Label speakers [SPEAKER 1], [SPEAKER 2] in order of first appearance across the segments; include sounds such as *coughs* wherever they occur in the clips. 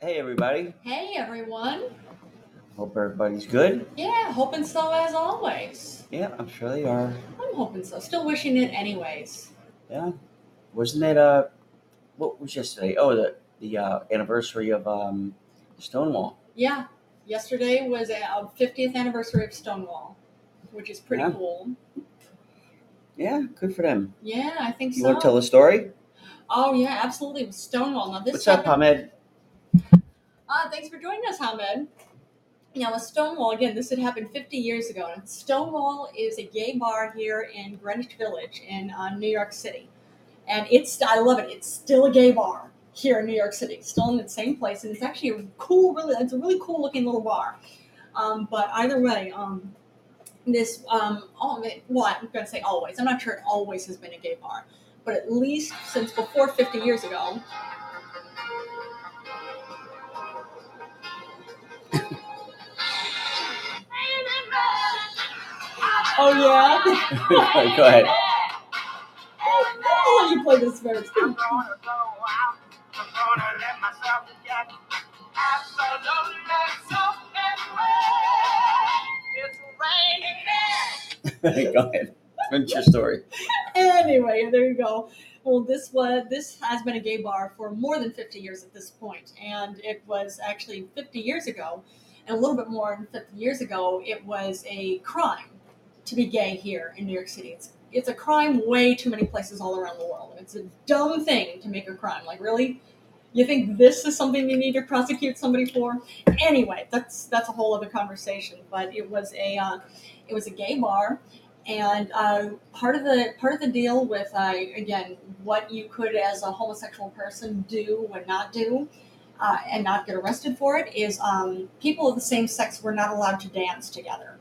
[SPEAKER 1] Hey, everybody.
[SPEAKER 2] Hey everyone.
[SPEAKER 1] Hope everybody's good.
[SPEAKER 2] Yeah, hoping so as always.
[SPEAKER 1] Yeah, I'm sure they are.
[SPEAKER 2] I'm hoping so. Still wishing it anyways.
[SPEAKER 1] Yeah. Wasn't that, uh, what was yesterday? Oh, the, the uh, anniversary of um, Stonewall.
[SPEAKER 2] Yeah, yesterday was our 50th anniversary of Stonewall, which is pretty
[SPEAKER 1] Yeah.
[SPEAKER 2] cool.
[SPEAKER 1] Yeah, good for them.
[SPEAKER 2] Yeah, I think
[SPEAKER 1] You
[SPEAKER 2] so.
[SPEAKER 1] want to tell the story?
[SPEAKER 2] oh yeah, absolutely. It was Stonewall. Now this
[SPEAKER 1] What's up,
[SPEAKER 2] happened-
[SPEAKER 1] Ahmed? *laughs*
[SPEAKER 2] Uh, thanks for joining us, Hamed. Now, with Stonewall, again, this had happened 50 years ago. And Stonewall is a gay bar here in Greenwich Village in uh, New York City. And it's, I love it, it's still a gay bar here in New York City, still in the same place. And it's actually a cool, really, it's a really cool looking little bar. Um, but either way, um, this, um, all, well, I'm going to say always. I'm not sure it always has been a gay bar, but at least since before 50 years ago, Oh yeah. *laughs*
[SPEAKER 1] *laughs* Go ahead.
[SPEAKER 2] I'll let you play this first.
[SPEAKER 3] I'm gonna go out. I'm gonna let myself get absolutely soaking wet. It's raining men.
[SPEAKER 1] Go ahead. Finish your story.
[SPEAKER 2] Anyway, there you go. Well, this was this has been a gay bar for more than 50 years at this point, and it was actually 50 years ago, and a little bit more than 50 years ago, it was a crime to be gay here in New York City. It's it's a crime way too many places all around the world. It's a dumb thing to make a crime. Like really, you think this is something you need to prosecute somebody for? Anyway, that's that's a whole other conversation. But it was a uh, it was a gay bar. and uh, part of the part of the deal with uh, again what you could as a homosexual person do and not do uh, and not get arrested for it is um, people of the same sex were not allowed to dance together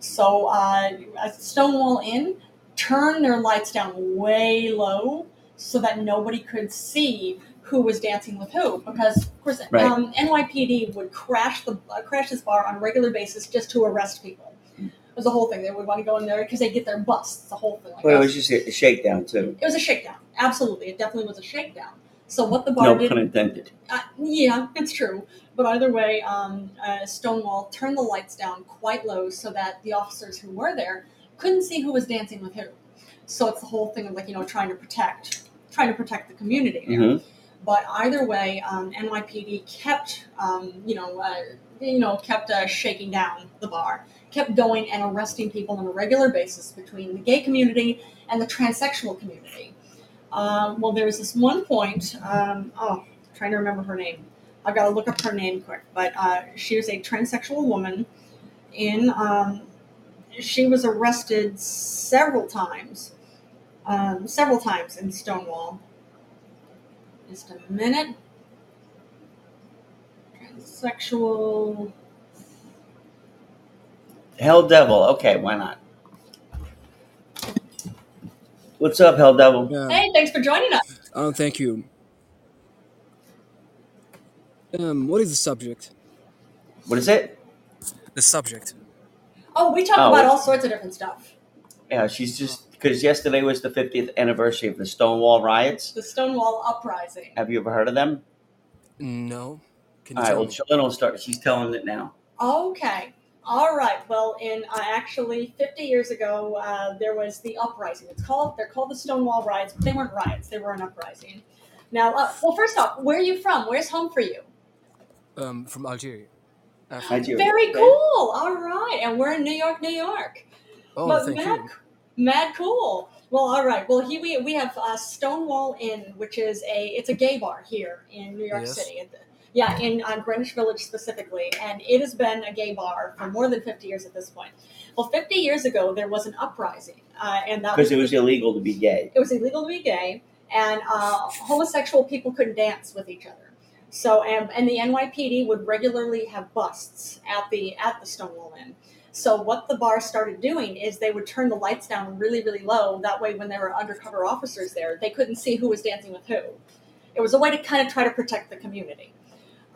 [SPEAKER 2] so uh, stonewall inn turned their lights down way low so that nobody could see who was dancing with who because of course
[SPEAKER 1] Right.
[SPEAKER 2] um, nypd would crash the uh, crash this bar on a regular basis just to arrest people it was the whole thing. They would want to go in there because they get their busts. It's The whole thing. Like
[SPEAKER 1] Well, it
[SPEAKER 2] that.
[SPEAKER 1] was just a shakedown, too.
[SPEAKER 2] It was a shakedown. Absolutely, it definitely was a shakedown. So what the bar
[SPEAKER 1] No
[SPEAKER 2] did,
[SPEAKER 1] pun intended.
[SPEAKER 2] uh, yeah, it's true. But either way, um, uh, Stonewall turned the lights down quite low so that the officers who were there couldn't see who was dancing with who. So it's the whole thing of like you know trying to protect, trying to protect the community there.
[SPEAKER 1] hmm
[SPEAKER 2] But either way, um, NYPD kept, um, you know, uh, you know, kept uh, shaking down the bar, kept going and arresting people on a regular basis between the gay community and the transsexual community. Um, well, there was this one point. Um, oh, trying to remember her name. I've got to look up her name quick. But uh, she was a transsexual woman. In um, she was arrested several times, um, several times in Stonewall. Just a minute. Transsexual.
[SPEAKER 1] Hell Devil. Okay, why not? What's up, Hell Devil?
[SPEAKER 4] Yeah.
[SPEAKER 2] Hey, thanks for joining us.
[SPEAKER 4] Oh, thank you. Um, what is the subject?
[SPEAKER 1] What is it?
[SPEAKER 4] The subject.
[SPEAKER 2] Oh, we talk
[SPEAKER 1] Oh,
[SPEAKER 2] about
[SPEAKER 1] it's-
[SPEAKER 2] all sorts of different stuff.
[SPEAKER 1] Yeah, she's just because yesterday was the 50th anniversary of the Stonewall riots.
[SPEAKER 2] The Stonewall uprising.
[SPEAKER 1] Have you ever heard of them?
[SPEAKER 4] No. Can you
[SPEAKER 1] All right,
[SPEAKER 4] tell
[SPEAKER 1] well,
[SPEAKER 4] me?
[SPEAKER 1] Chillin will start. She's telling it now.
[SPEAKER 2] Okay. All right. Well, in uh, actually 50 years ago, uh, there was the uprising. It's called. They're called the Stonewall riots, but they weren't riots. They were an uprising. Now, uh, well, first off, where are you from? Where's home for you?
[SPEAKER 4] Um, from Algeria. Uh, Africa.
[SPEAKER 1] I do.
[SPEAKER 2] Very
[SPEAKER 1] Okay.
[SPEAKER 2] cool. All right, and we're in New York, New York.
[SPEAKER 4] Oh,
[SPEAKER 2] But
[SPEAKER 4] thank
[SPEAKER 2] Mac-
[SPEAKER 4] you.
[SPEAKER 2] Mad cool. Well, all right. Well, here we we have uh, Stonewall Inn, which is a it's a gay bar here in New York
[SPEAKER 4] Yes.
[SPEAKER 2] City. It- Yeah, in uh, Greenwich Village specifically, and it has been a gay bar for more than fifty years at this point. Well, fifty years ago there was an uprising, uh, and that
[SPEAKER 1] Because
[SPEAKER 2] was
[SPEAKER 1] it was illegal to be gay.
[SPEAKER 2] it was illegal to be gay, and uh, homosexual people couldn't dance with each other. So, and, and the NYPD would regularly have busts at the at the Stonewall Inn. So, what the bar started doing is they would turn the lights down really, really low. That way, when there were undercover officers there, they couldn't see who was dancing with who. It was a way to kind of try to protect the community.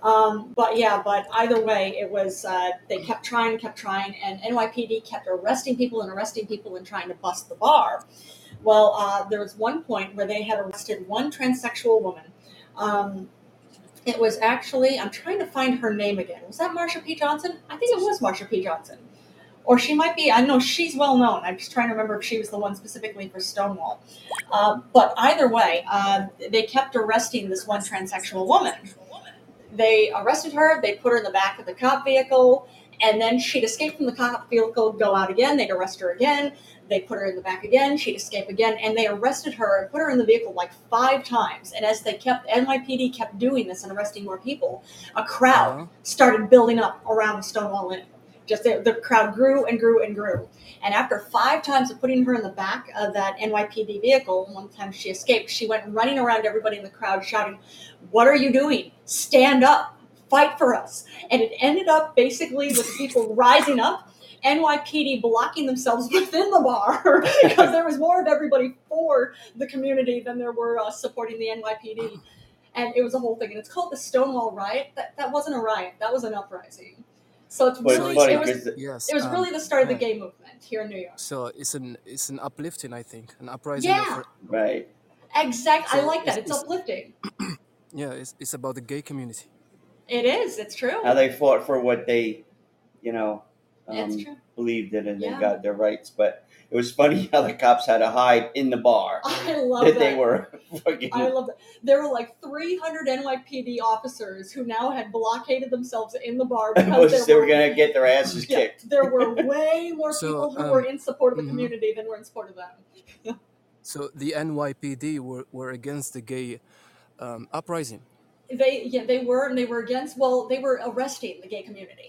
[SPEAKER 2] Um, but yeah, but either way, it was uh, they kept trying, kept trying, and NYPD kept arresting people and arresting people and trying to bust the bar. Well, uh, there was one point where they had arrested one transsexual woman. Um, It was actually, I'm trying to find her name again. Was that Marsha P. Johnson? I think it was Marsha P. Johnson. Or she might be, I know she's well known. I'm just trying to remember if she was the one specifically for Stonewall. Uh, but either way, uh, they kept arresting this one transsexual woman. They arrested her, they put her in the back of the cop vehicle, and then she'd escape from the cop vehicle, go out again, they'd arrest her again, they put her in the back again, she'd escape again, and they arrested her and put her in the vehicle like five times. And as they kept, NYPD kept doing this and arresting more people, a crowd
[SPEAKER 4] Uh-huh.
[SPEAKER 2] started building up around Stonewall Inn. Just the, the crowd grew and grew and grew. And after five times of putting her in the back of that NYPD vehicle, and one time she escaped, she went running around everybody in the crowd shouting, What are you doing? Stand up! Fight for us! And it ended up basically with people *laughs* rising up. NYPD blocking themselves *laughs* within the bar *laughs* because there was more of everybody for the community than there were uh, supporting the NYPD and it was a whole thing. And it's called the Stonewall Riot. That that wasn't a riot. That was an uprising. So it's
[SPEAKER 1] But it's
[SPEAKER 2] really
[SPEAKER 4] So
[SPEAKER 1] funny
[SPEAKER 2] it was
[SPEAKER 1] because
[SPEAKER 4] yes.
[SPEAKER 2] it was
[SPEAKER 4] Um,
[SPEAKER 2] really the start of the
[SPEAKER 4] yeah.
[SPEAKER 2] gay movement here in New York.
[SPEAKER 4] So it's an it's an uplifting, I think, an uprising of.
[SPEAKER 2] Yeah,
[SPEAKER 4] Re-
[SPEAKER 1] right,
[SPEAKER 2] exact. I
[SPEAKER 4] so
[SPEAKER 2] like that.
[SPEAKER 4] it's,
[SPEAKER 2] It's
[SPEAKER 4] it's
[SPEAKER 2] uplifting.
[SPEAKER 4] yeah, it's, it's about the gay community.
[SPEAKER 2] It is. It's
[SPEAKER 1] how
[SPEAKER 2] true.
[SPEAKER 1] they fought for what they you know
[SPEAKER 2] It's
[SPEAKER 1] um,
[SPEAKER 2] true. *laughs*
[SPEAKER 1] believed in and they
[SPEAKER 2] Yeah,
[SPEAKER 1] got their rights. But it was funny *laughs* how the cops had to hide in the bar
[SPEAKER 2] I love
[SPEAKER 1] that they
[SPEAKER 2] that.
[SPEAKER 1] were *laughs*
[SPEAKER 2] I
[SPEAKER 1] fucking
[SPEAKER 2] love that. There were like 300 NYPD officers who now had blockaded themselves in the
[SPEAKER 1] *laughs*
[SPEAKER 2] bar because
[SPEAKER 1] was
[SPEAKER 2] there
[SPEAKER 1] they were
[SPEAKER 2] were
[SPEAKER 1] gonna get their asses
[SPEAKER 2] yeah
[SPEAKER 1] kicked.
[SPEAKER 2] there
[SPEAKER 1] *laughs*
[SPEAKER 2] were way more
[SPEAKER 4] So
[SPEAKER 2] people who were
[SPEAKER 4] um,
[SPEAKER 2] in support of the
[SPEAKER 4] mhm.
[SPEAKER 2] community than were in support of them.
[SPEAKER 4] so the NYPD were, were against the gay um, uprising.
[SPEAKER 2] they yeah they were and they were against well they were arresting the gay community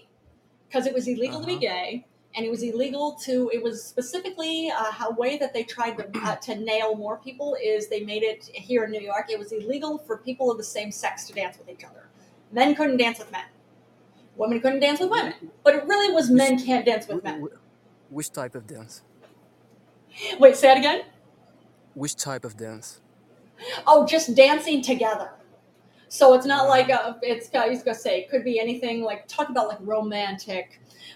[SPEAKER 2] because it was
[SPEAKER 4] Uh
[SPEAKER 2] illegal to be
[SPEAKER 4] huh.
[SPEAKER 2] gay and it was illegal to it was specifically uh, a way that they tried to, uh, to nail more people is they made it here in new york it was illegal for people of the same sex to dance with each other men couldn't dance with men women couldn't dance with women but it really was
[SPEAKER 4] Which
[SPEAKER 2] men can't dance with
[SPEAKER 4] wh-
[SPEAKER 2] men
[SPEAKER 4] wh- which type of dance?
[SPEAKER 2] wait say it again
[SPEAKER 4] Which type of dance?
[SPEAKER 2] oh just dancing together So it's not
[SPEAKER 1] Mm-hmm.
[SPEAKER 2] like
[SPEAKER 4] Uh,
[SPEAKER 2] a, it's I was gonna say it could be anything like talk about like romantic,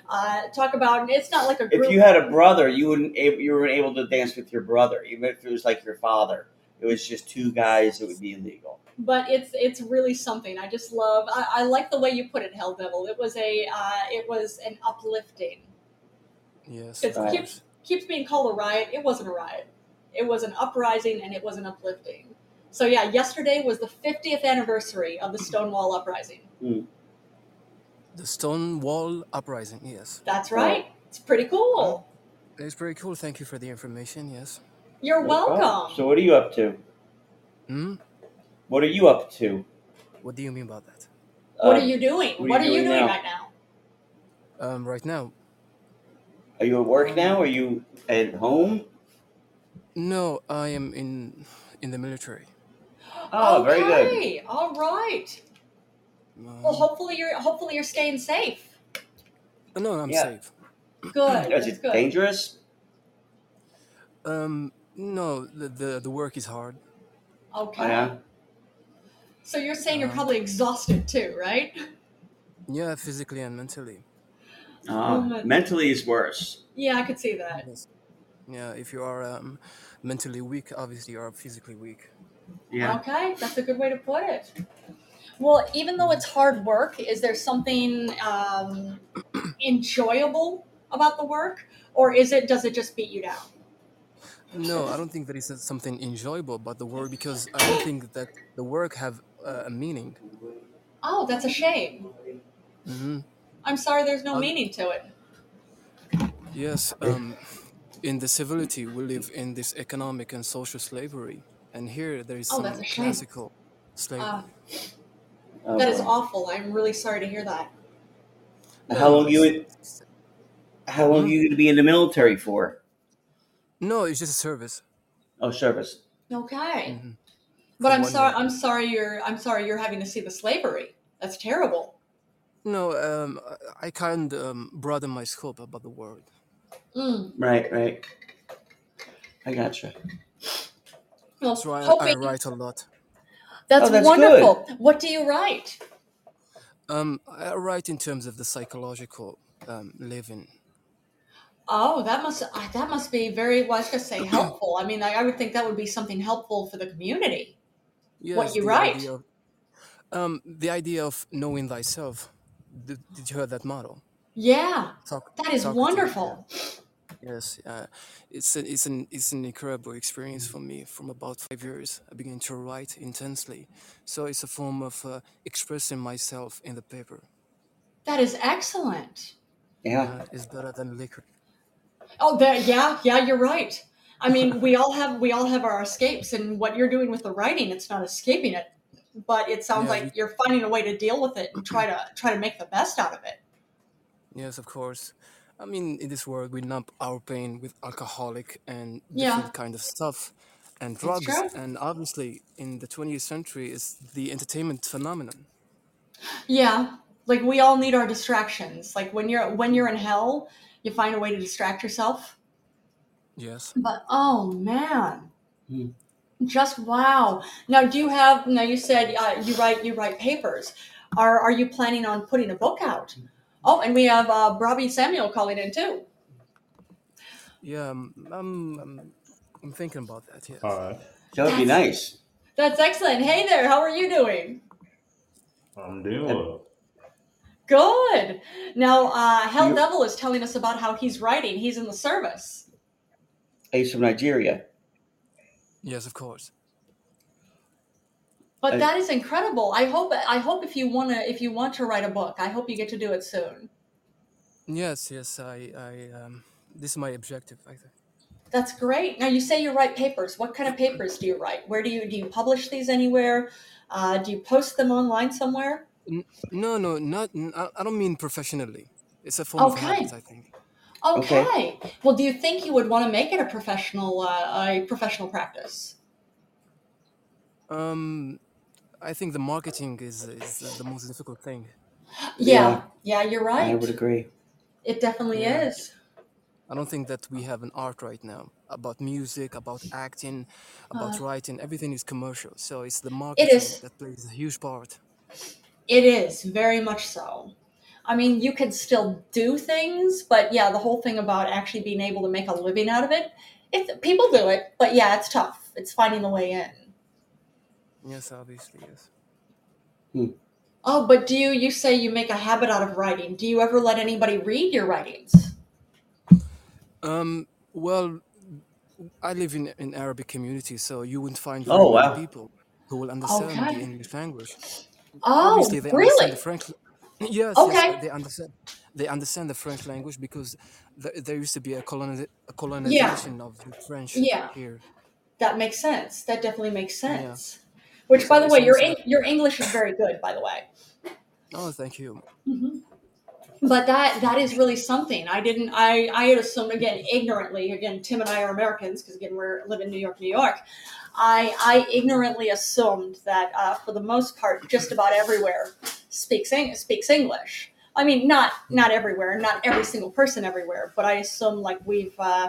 [SPEAKER 2] uh, talk about it's not like a
[SPEAKER 1] If you
[SPEAKER 2] group.
[SPEAKER 1] had a brother, you wouldn't ab- you were able to dance with your brother, even if it was like your father. It was just two guys, it would be illegal.
[SPEAKER 2] but it's it's really something. I just love. I, I like the way you put it, Hell Devil. It was a uh, it was an uplifting.
[SPEAKER 4] yes,
[SPEAKER 2] It
[SPEAKER 4] of
[SPEAKER 1] Right.
[SPEAKER 2] keeps
[SPEAKER 4] course.
[SPEAKER 2] keeps being called a riot. It wasn't a riot. It was an uprising, and it was an uplifting. So yeah, yesterday was the 50th anniversary of the Stonewall uprising.
[SPEAKER 1] Mm,
[SPEAKER 4] The Stonewall uprising. Yes.
[SPEAKER 2] That's
[SPEAKER 1] right.
[SPEAKER 2] right. It's pretty
[SPEAKER 4] Oh,
[SPEAKER 2] cool.
[SPEAKER 4] it's pretty cool. Thank you for the information. Yes.
[SPEAKER 2] You're
[SPEAKER 1] No problem.
[SPEAKER 2] welcome.
[SPEAKER 1] So what are you up to?
[SPEAKER 4] Hmm.
[SPEAKER 1] What are you up to?
[SPEAKER 4] What do you mean by that?
[SPEAKER 2] What are
[SPEAKER 1] Um,
[SPEAKER 2] you doing?
[SPEAKER 1] what are
[SPEAKER 2] What
[SPEAKER 1] you
[SPEAKER 2] are you
[SPEAKER 1] doing
[SPEAKER 2] doing
[SPEAKER 1] now?
[SPEAKER 2] right now?
[SPEAKER 4] Um, right now.
[SPEAKER 1] Are you at work
[SPEAKER 4] Um,
[SPEAKER 1] now? Are you at home?
[SPEAKER 4] no, I am in in the military.
[SPEAKER 1] Oh, very good.
[SPEAKER 2] Okay, all right. Well,
[SPEAKER 4] Um,
[SPEAKER 2] hopefully you're hopefully you're staying safe.
[SPEAKER 4] no, I'm
[SPEAKER 1] Yeah.
[SPEAKER 4] safe.
[SPEAKER 1] *laughs*
[SPEAKER 2] Good,
[SPEAKER 1] Is
[SPEAKER 2] that's
[SPEAKER 1] it
[SPEAKER 2] good.
[SPEAKER 1] dangerous?
[SPEAKER 4] Um, no, the, the the work is hard.
[SPEAKER 1] Oh
[SPEAKER 2] Okay.
[SPEAKER 1] yeah.
[SPEAKER 2] So you're saying you're
[SPEAKER 1] Uh-huh.
[SPEAKER 4] Um,
[SPEAKER 2] probably exhausted too, right?
[SPEAKER 4] yeah, physically and mentally.
[SPEAKER 2] Oh
[SPEAKER 1] Uh,
[SPEAKER 2] my.
[SPEAKER 1] mentally is worse.
[SPEAKER 2] Yeah, I could see that.
[SPEAKER 4] Yes. Yeah, if you are um, mentally weak, obviously you are physically weak.
[SPEAKER 1] Yeah.
[SPEAKER 2] Okay, that's a good way to put it. Well, even though it's
[SPEAKER 4] Mhm.
[SPEAKER 2] hard work, is there something um, enjoyable about the work, or is it does it just beat you down?
[SPEAKER 4] No, I don't think that is something enjoyable about the work because I don't think that the work have uh, a meaning.
[SPEAKER 2] Oh, that's a shame.
[SPEAKER 4] hmm
[SPEAKER 2] I'm sorry, there's no meaning to it.
[SPEAKER 4] yes, um, in the civility we live in this economic and social slavery, and here there is
[SPEAKER 2] Oh, that's
[SPEAKER 4] some
[SPEAKER 2] a shame.
[SPEAKER 4] classical
[SPEAKER 2] Uh,
[SPEAKER 4] slavery.
[SPEAKER 1] Oh
[SPEAKER 2] that is
[SPEAKER 1] boy.
[SPEAKER 2] awful. I'm really sorry to hear that.
[SPEAKER 1] How
[SPEAKER 4] No,
[SPEAKER 1] long you
[SPEAKER 4] it's,
[SPEAKER 1] in, how long
[SPEAKER 2] Mm.
[SPEAKER 4] hmm?
[SPEAKER 1] you gonna be in the military for?
[SPEAKER 4] no, it's just a service
[SPEAKER 1] Oh, service.
[SPEAKER 2] Okay.
[SPEAKER 4] hmm
[SPEAKER 2] But
[SPEAKER 4] for
[SPEAKER 2] I'm
[SPEAKER 4] one
[SPEAKER 2] sorry.
[SPEAKER 4] year.
[SPEAKER 2] I'm sorry. You're. I'm sorry. You're having to see the slavery. That's terrible.
[SPEAKER 4] No, um, I I can't um, broaden my scope about the world.
[SPEAKER 2] Mm.
[SPEAKER 1] Right, right. I gotcha.
[SPEAKER 2] Well,
[SPEAKER 4] So I, I
[SPEAKER 2] hoping
[SPEAKER 4] write a lot.
[SPEAKER 1] Oh,
[SPEAKER 2] that's
[SPEAKER 1] that's good.
[SPEAKER 2] wonderful. What do you write?
[SPEAKER 4] Um, I write in terms of the psychological um, living.
[SPEAKER 2] Oh, that must. uh, That must be very. Well, I was gonna
[SPEAKER 4] *clears throat*
[SPEAKER 2] say helpful. I mean, I, I would think that would be something helpful for the community. What
[SPEAKER 4] Yes,
[SPEAKER 2] you
[SPEAKER 4] the
[SPEAKER 2] write.
[SPEAKER 4] idea of Um, the idea of knowing thyself. Did, did you hear that motto?
[SPEAKER 2] Yeah,
[SPEAKER 4] Soc-
[SPEAKER 2] that is
[SPEAKER 4] Socrates.
[SPEAKER 2] wonderful.
[SPEAKER 4] Yes, uh, it's a, it's an it's an incredible experience for me. From about five years, I began to write intensely, so it's a form of uh, expressing myself in the paper.
[SPEAKER 2] That is excellent.
[SPEAKER 1] Yeah.
[SPEAKER 4] Uh, it's better than liquor.
[SPEAKER 2] Oh, that yeah, yeah, you're right. I mean, we all have we all have our escapes, and what you're doing with the writing, it's not escaping it, but it sounds
[SPEAKER 4] Yeah,
[SPEAKER 2] like
[SPEAKER 4] we-
[SPEAKER 2] you're finding a way to deal with it and try to try to make the best out of it.
[SPEAKER 4] Yes, of course. I mean, in this world, we numb our pain with alcoholic and
[SPEAKER 2] Yeah.
[SPEAKER 4] different kind of stuff, and drugs.
[SPEAKER 2] true.
[SPEAKER 4] And obviously, in the 20th century, is the entertainment phenomenon.
[SPEAKER 2] Yeah, like we all need our distractions. Like when you're when you're in hell, you find a way to distract yourself.
[SPEAKER 4] Yes.
[SPEAKER 2] But oh man,
[SPEAKER 1] Hmm.
[SPEAKER 2] just wow. Now, do you have? Now you said uh, you write you write papers. Are are you planning on putting a book out?
[SPEAKER 1] Hmm.
[SPEAKER 2] Oh, and we have uh, Robbie Samuel calling in too.
[SPEAKER 4] Yeah, um, I'm, I'm, I'm thinking about that. Yes.
[SPEAKER 5] All right.
[SPEAKER 1] That would be nice.
[SPEAKER 2] That's excellent. Hey there, how are you doing?
[SPEAKER 5] I'm doing well.
[SPEAKER 2] Good. Now, uh, Hell
[SPEAKER 1] You-
[SPEAKER 2] Devil is telling us about how he's writing. He's in the service.
[SPEAKER 1] He's from Nigeria.
[SPEAKER 4] Yes, of course.
[SPEAKER 2] But
[SPEAKER 1] I-
[SPEAKER 2] that is incredible. I hope. I hope if you wanna, if you want to write a book, I hope you get to do it soon.
[SPEAKER 4] Yes, yes. I, I, um, this is my objective. I think.
[SPEAKER 2] That's great. Now you say you write papers. What kind of papers do you write? Where do you do you publish these anywhere? Uh, do you post them online somewhere?
[SPEAKER 4] N- no, no, not. n- I I don't mean professionally. It's a form of
[SPEAKER 2] Okay.
[SPEAKER 4] habit, I think.
[SPEAKER 2] Okay.
[SPEAKER 1] Okay.
[SPEAKER 2] Well, do you think you would want to make it a professional uh, a professional practice?
[SPEAKER 4] Um, I think the marketing is is the most difficult thing.
[SPEAKER 2] Yeah. Yeah, you're
[SPEAKER 1] I
[SPEAKER 2] right.
[SPEAKER 1] would agree.
[SPEAKER 2] It definitely
[SPEAKER 4] Yeah.
[SPEAKER 2] is.
[SPEAKER 4] I don't think that we have an art right now about music, about acting, about writing. Everything is commercial, so it's the marketing
[SPEAKER 2] Uh-huh. is.
[SPEAKER 4] that plays a huge part.
[SPEAKER 2] It is very much so. I mean, you could still do things, but yeah, the whole thing about actually being able to make a living out of it, it people do it, but yeah, it's tough. It's finding the way in.
[SPEAKER 4] Yes, obviously, yes.
[SPEAKER 2] Oh, but do you you say you make a habit out of writing? Do you ever let anybody read your writings?
[SPEAKER 4] Um, well, I live in an Arabic community, so you wouldn't find very
[SPEAKER 1] Oh,
[SPEAKER 4] many
[SPEAKER 1] wow.
[SPEAKER 4] people who will understand
[SPEAKER 2] Okay.
[SPEAKER 4] the English language.
[SPEAKER 2] Oh,
[SPEAKER 4] obviously they understand
[SPEAKER 2] really?
[SPEAKER 4] the French. *laughs* Yes,
[SPEAKER 2] Okay.
[SPEAKER 4] yes, they understand. They understand the French language because th- there used to be a, coloni- a colonization of the French
[SPEAKER 2] Yeah.
[SPEAKER 4] here.
[SPEAKER 2] That makes sense. That definitely makes
[SPEAKER 4] Yeah.
[SPEAKER 2] sense. Which, by
[SPEAKER 4] So
[SPEAKER 2] the
[SPEAKER 4] it's
[SPEAKER 2] way, your
[SPEAKER 4] understand-
[SPEAKER 2] Eng- your English is very good, by the way.
[SPEAKER 4] Oh, thank you.
[SPEAKER 2] Mm-hmm. But that that is really something. I didn't. I I had assumed again ignorantly. Again, Tim and I are Americans because again we're live in New York, New York. I I ignorantly assumed that uh, for the most part, just about everywhere speaks Eng- speaks English. I mean, not not everywhere, not every single person everywhere, but I assume like we've. Uh,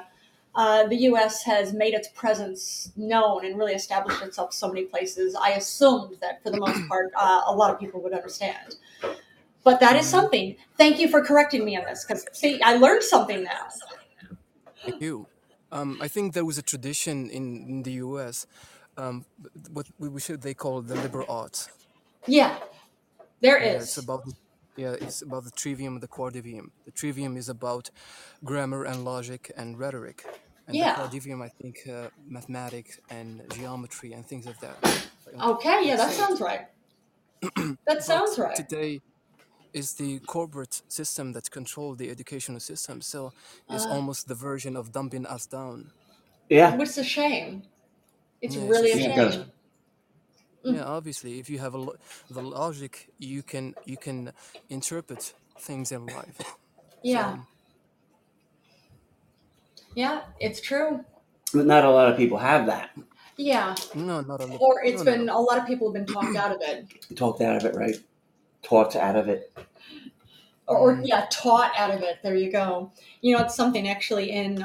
[SPEAKER 2] uh, the U.S. has made its presence known and really established itself so many places. I assumed that for the most part, uh, a lot of people would understand. But that is something. Thank you for correcting me on this because see, I learned something now.
[SPEAKER 4] Thank you. Um, I think there was a tradition in, in the U.S. Um, what we we should they call the liberal arts.
[SPEAKER 2] Yeah, there
[SPEAKER 4] Yeah,
[SPEAKER 2] is.
[SPEAKER 4] it's about yeah, it's about the trivium and the quadrivium. The trivium is about grammar and logic and rhetoric, and the
[SPEAKER 2] Yeah.
[SPEAKER 4] quadrivium, I think, uh, mathematics and geometry and things like that. Um,
[SPEAKER 2] Okay, yeah, that
[SPEAKER 4] that's it.
[SPEAKER 2] sounds
[SPEAKER 4] *clears throat*
[SPEAKER 2] right. That sounds
[SPEAKER 4] But
[SPEAKER 2] right.
[SPEAKER 4] today is the corporate system that controls the educational system, so it's
[SPEAKER 2] Uh,
[SPEAKER 4] almost the version of dumping us down.
[SPEAKER 1] Yeah.
[SPEAKER 2] which is a shame. It's
[SPEAKER 4] Yeah, it's a
[SPEAKER 2] really a
[SPEAKER 1] Yeah,
[SPEAKER 4] shame.
[SPEAKER 1] it does.
[SPEAKER 2] shame. Mm.
[SPEAKER 4] Yeah, obviously, if you have a lo- the logic, you can you can interpret things in life.
[SPEAKER 2] Yeah,
[SPEAKER 4] So
[SPEAKER 2] yeah, it's true.
[SPEAKER 1] But not a lot of people have that.
[SPEAKER 2] Yeah,
[SPEAKER 4] no, not a little.
[SPEAKER 2] or
[SPEAKER 4] No,
[SPEAKER 2] it's
[SPEAKER 4] no, no.
[SPEAKER 2] been a lot of people have been talked out of it,
[SPEAKER 1] Talked out of it, right? Talked out of it.
[SPEAKER 2] or, or
[SPEAKER 4] Mm.
[SPEAKER 2] yeah, taught out of it. There you go. You know, it's something actually in